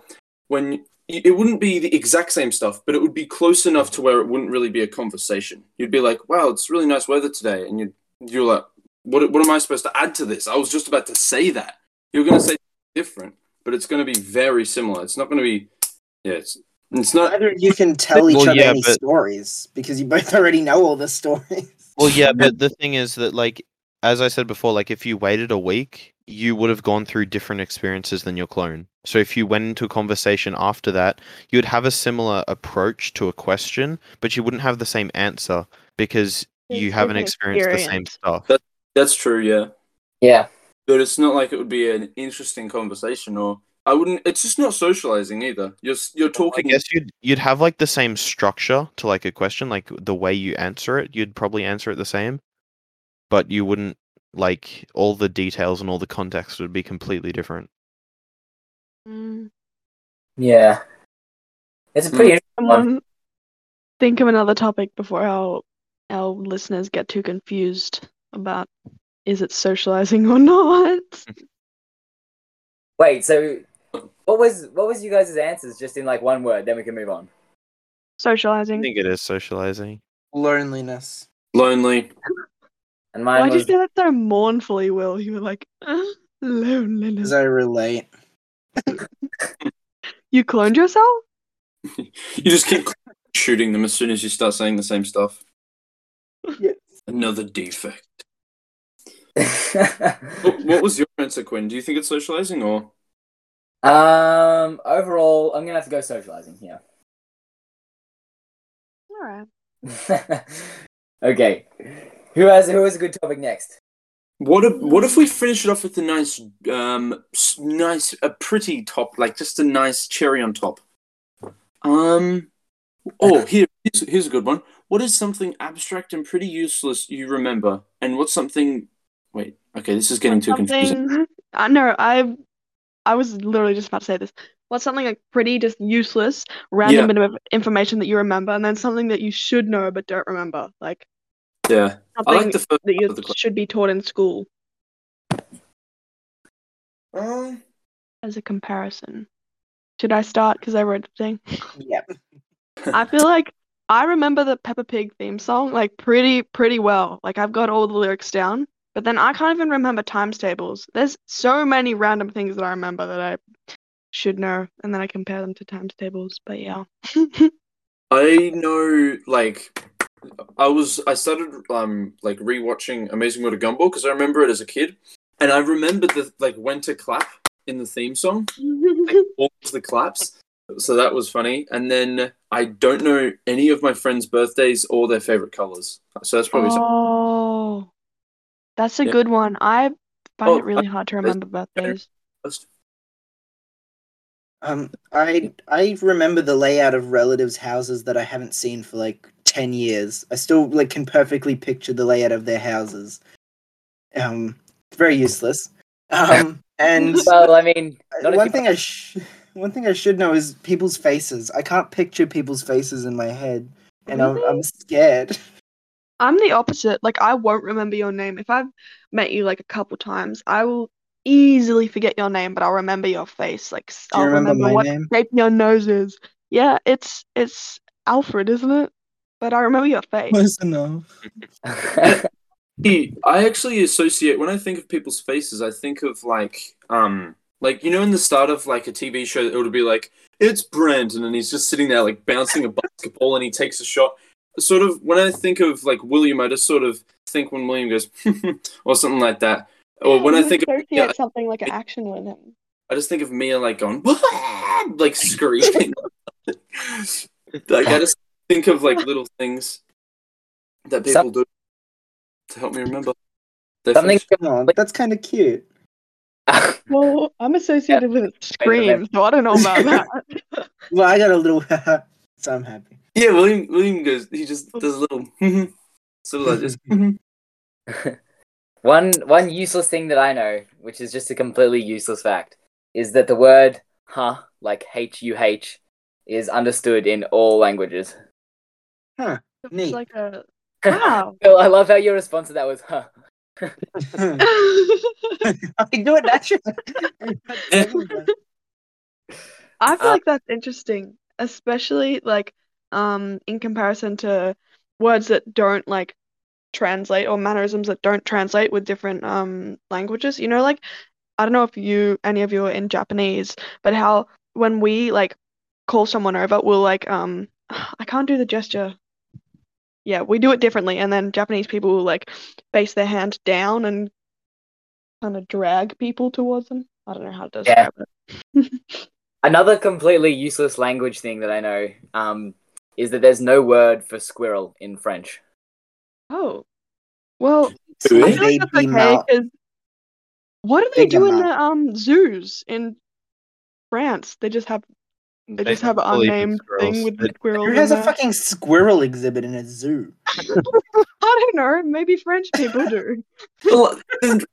S1: when y- it wouldn't be the exact same stuff, but it would be close enough to where it wouldn't really be a conversation. You'd be like, wow, it's really nice weather today, and you you're like what what am I supposed to add to this? I was just about to say that. You're going to say different, but it's going to be very similar. It's not going to be yeah. It's It's not.
S2: Neither of you can tell each
S5: Well,
S2: other
S5: yeah,
S2: any
S5: but-
S2: stories because you both <laughs> already know all the stories.
S5: Well, yeah, but the thing is that, like, as I said before, like, if you waited a week, you would have gone through different experiences than your clone. So if you went into a conversation after that, you would have a similar approach to a question, but you wouldn't have the same answer because you
S3: It's
S5: haven't
S3: an
S5: experienced the same
S3: experience.
S5: stuff.
S1: That's true. Yeah,
S4: Yeah.
S1: but it's not like it would be an interesting conversation, or I wouldn't. It's just not socializing either. You're s- you're
S5: I
S1: talking.
S5: guess you'd you'd have like the same structure to like a question, like the way you answer it, you'd probably answer it the same, but you wouldn't like all the details and all the context would be completely different.
S3: Mm,
S4: Yeah. It's a pretty interesting one.
S3: someone think of another topic before our our listeners get too confused about is it socializing or not.
S5: <laughs>
S4: Wait, so what was what was you guys' answers just in like one word, then we can move on.
S5: I
S3: Socializing.
S5: think it is socializing.
S2: Loneliness.
S1: lonely.
S4: And
S3: Why
S4: mine
S3: did you
S4: was <laughs>
S3: say that so mournfully, Will? You were like "Ah, loneliness.
S2: Because I relate.
S3: You cloned yourself?
S1: You just keep shooting them as soon as you start saying the same stuff.
S2: Yes.
S1: Another defect. What, what was your answer, Quinn? Do you think it's socializing or?
S4: Um overall I'm gonna have to go socializing, yeah.
S3: Alright.
S4: <laughs> okay. Who has who has a good topic next?
S1: What if what if we finish it off with a nice, um, s- nice, a pretty top, like just a nice cherry on top. Um, <laughs> oh, here, here's, here's a good one. What is something abstract and pretty useless you remember, and what's something? Wait, okay, this is getting too confusing.
S3: something. <laughs> I know. I I was literally just about to say this. What's something like pretty just useless, random
S1: Yeah.
S3: bit of information that you remember, and then something that you should know but don't remember, like
S1: Yeah, I
S3: something
S1: like the first.
S3: that
S1: part
S3: you
S1: of the question.
S3: should be taught in school
S1: Uh,
S3: as a comparison. Should I start? Because I wrote the thing.
S2: Yep.
S3: I feel like I remember the Peppa Pig theme song like pretty pretty well. Like I've got all the lyrics down, but then I can't even remember times tables. There's so many random things that I remember that I should know, and then I compare them to times tables.
S1: <laughs>
S3: But yeah,
S1: I know, like, I was I started um like rewatching Amazing World of Gumball because I remember it as a kid, and I remember the like when to clap in the theme song, like,
S3: Mhm.
S1: all of the claps. So that was funny. And then I don't know any of my friends' birthdays or their favorite colors. So that's probably something.
S3: oh, that's a
S1: Yeah.
S3: good one. I find
S1: Oh,
S3: it really hard to remember birthdays.
S2: Um, I I remember the layout of relatives' houses that I haven't seen for like ten years. I still like can perfectly picture the layout of their houses. Um, it's very useless.
S3: <laughs>
S2: Um, and
S4: Well, I mean not if
S2: one
S4: you-
S2: thing I sh- one thing I should know is people's faces. I can't picture people's faces in my head, and
S3: Really?
S2: I'm I'm scared.
S3: I'm the opposite. Like I won't remember your name. If I've met you like a couple times, I will easily forget your name, but I'll remember your face. Like s-
S2: Do you
S3: I'll
S2: remember, my
S3: what
S2: name?
S3: shape your nose is. Yeah, it's it's Alfred, isn't it? But I remember your face.
S2: <laughs> Close enough.
S1: Hey, I actually associate when I think of people's faces, I think of like um like you know in the start of like a TV show it would be like it's Brandon and he's just sitting there like bouncing a basketball and he takes a shot. Sort of when I think of like William, I just sort of think when William goes <laughs> or something like that. Or when I
S3: <laughs>
S1: think of
S3: associate
S1: yeah.
S3: something like an action with him.
S1: I just think of Mia like going like screaming. like I just think of like little things that people
S4: Some-
S1: do to help me remember. their
S4: <laughs> something <laughs>
S1: faces.
S2: Oh, that's kind of cute.
S1: <laughs>
S3: Well, I'm associated with a scream, so I don't know about that.
S2: Well, I got a little, <laughs> so I'm
S3: <laughs>
S2: happy.
S1: Yeah, William. William goes. He
S3: Oh.
S1: just does a little. mm-hmm. sort of like just.
S3: Mm-hmm.
S1: <laughs>
S4: One one useless thing that I know, which is just a completely useless fact, is that the word huh, like H U H, is understood in all languages.
S3: It's like
S1: <laughs>
S3: a wow. <laughs>
S4: Bill, I love how your response to that was huh.
S2: I do it <laughs> naturally.
S3: I feel
S4: Uh,
S3: like that's interesting, especially like um in comparison to words that don't like translate or mannerisms that don't translate with different um languages. You know, like I don't know if you any of you are in Japanese, but how when we like call someone over, we'll like um <sighs> I can't do the gesture. Yeah, we do it differently, and then Japanese people will like base their hand down and kind of drag people towards them. I don't know how to describe it.
S4: Another completely useless language thing that I know um, is that there's no word for squirrel in French.
S3: oh, well, I
S1: Really?
S3: feel like that's
S2: Baby
S3: okay
S2: mouth.
S3: 'cause what do they
S2: Bigger
S3: do in the
S2: mouth.
S3: um zoos in France? They just have they just have an unnamed thing with the squirrels.
S2: Who has a
S3: in there.
S2: fucking squirrel exhibit in a zoo?
S3: I don't know. Maybe French people
S2: <laughs>
S3: do.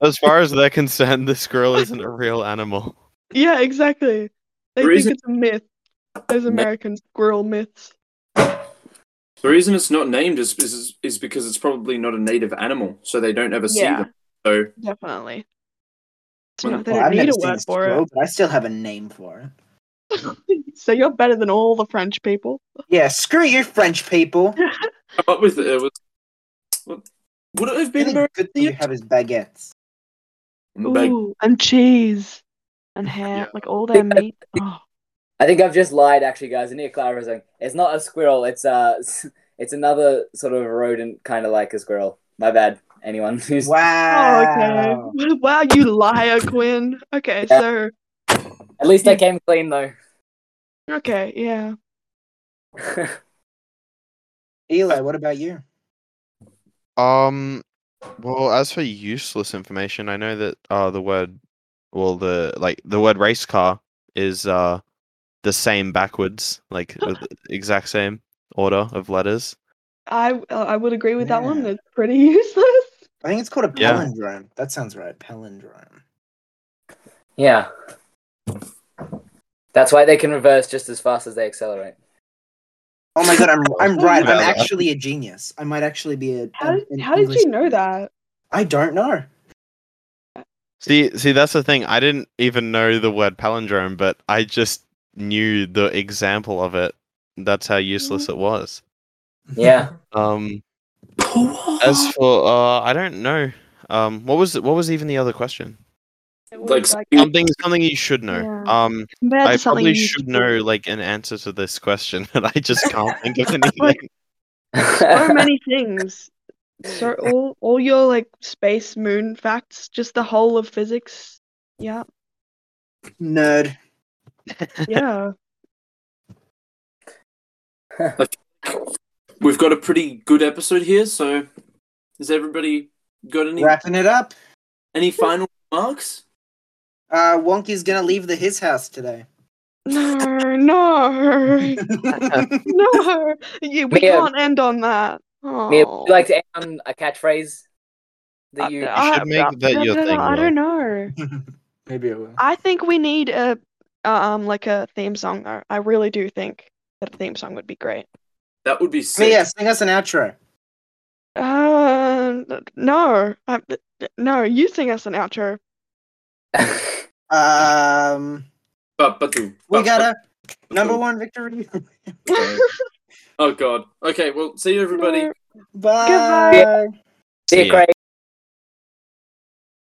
S5: As far as they're concerned, the squirrel isn't a real animal.
S3: yeah, exactly. They
S1: There
S3: think
S1: isn't-
S3: it's a myth. Those American squirrel myths.
S1: The reason it's not named is, is is because it's probably not a native animal, so they don't ever see
S3: Yeah.
S1: them. So
S3: Definitely. So
S1: Well,
S3: no, they
S2: Well,
S3: don't
S2: I've
S3: need
S2: never
S3: a
S2: seen
S3: word for
S2: squirrel, but I still have a name for it.
S3: it. <laughs> so you're better than all the French people.
S2: Yeah, screw you, French people.
S1: come up with it. it was, what, would it have
S2: The
S1: been
S2: only
S1: American?
S2: good thing you have is baguettes.
S1: Bag-
S3: Ooh, and cheese and ham, like all their meat. Oh,
S4: I think I've just lied, actually, guys. I need to clarify something. It's not a squirrel. It's uh, <laughs> it's another sort of rodent, kind of like a squirrel. My bad. Anyone who's
S2: Wow.
S3: Oh, okay. <laughs> Wow, you liar, Quinn. Okay,
S4: Yeah.
S3: so
S4: at least I came clean though. <laughs>
S3: okay, yeah.
S2: Eli, what about you?
S5: <laughs> Um, well, as for useless information, I know that uh the word, well the like the word race car is uh the same backwards, like
S3: <laughs>
S5: uh, the exact same order of letters.
S3: I uh, I would agree with that one.
S2: Yeah.
S3: It's pretty <laughs> useless.
S2: I think it's called a
S5: Yeah.
S2: palindrome. That sounds right. Palindrome.
S4: yeah. That's why they can reverse just as fast as they accelerate.
S2: Oh my
S5: <laughs>
S2: god, I'm I'm right.
S5: Yeah,
S2: I'm
S5: that-
S2: actually a genius. I might actually be a.
S3: How
S2: a-
S3: did,
S2: an
S3: how did
S2: English-
S3: you know that?
S2: I don't know.
S5: See, see, that's the thing. I didn't even know the word palindrome, but I just knew the example of it. That's how
S3: Mm-hmm.
S5: useless it was.
S4: Yeah. <laughs>
S5: Um,
S3: <gasps>
S5: as for uh, I don't know. Um, what was what was even the other question?
S3: It
S1: Like,
S3: was, like,
S5: Something, something you should know. Um,
S3: compared
S5: I
S3: to something
S5: probably
S3: you
S5: should
S3: do.
S5: know like an answer to this question, <laughs> but I just can't think
S3: <laughs>
S5: of
S3: Like-
S5: anything. <laughs>
S3: so many things. So all all your like space moon facts, just the whole of physics. Yeah,
S2: <laughs> Nerd.
S4: <laughs>
S3: yeah.
S1: We've got a pretty good episode here, so has everybody got any
S2: Wrapping it up.
S1: any final remarks?
S2: Uh, Wonky's gonna leave the his house
S3: <laughs>
S2: today. <laughs>
S3: No, no, no. Yeah, we
S4: Mia.
S3: can't end on that. Oh.
S4: Mia, would you like to end on a
S3: Uh,
S4: catchphrase that you? <laughs>
S5: You should make that your thing.
S3: I
S5: Will.
S3: don't know.
S2: Maybe I will.
S3: I think we need a um like a theme song though. I really do think that a theme song would be great.
S1: That would be sick.
S2: Mia, sing us an outro.
S3: Uh, no, I, no. You sing us an outro.
S2: Um,
S1: But, but, we
S2: we got a number one victory. <laughs>
S1: Oh god. Okay. Well, see you everybody.
S3: No.
S2: Bye.
S3: Goodbye.
S4: See
S5: See
S4: you,
S5: ya.
S4: Craig.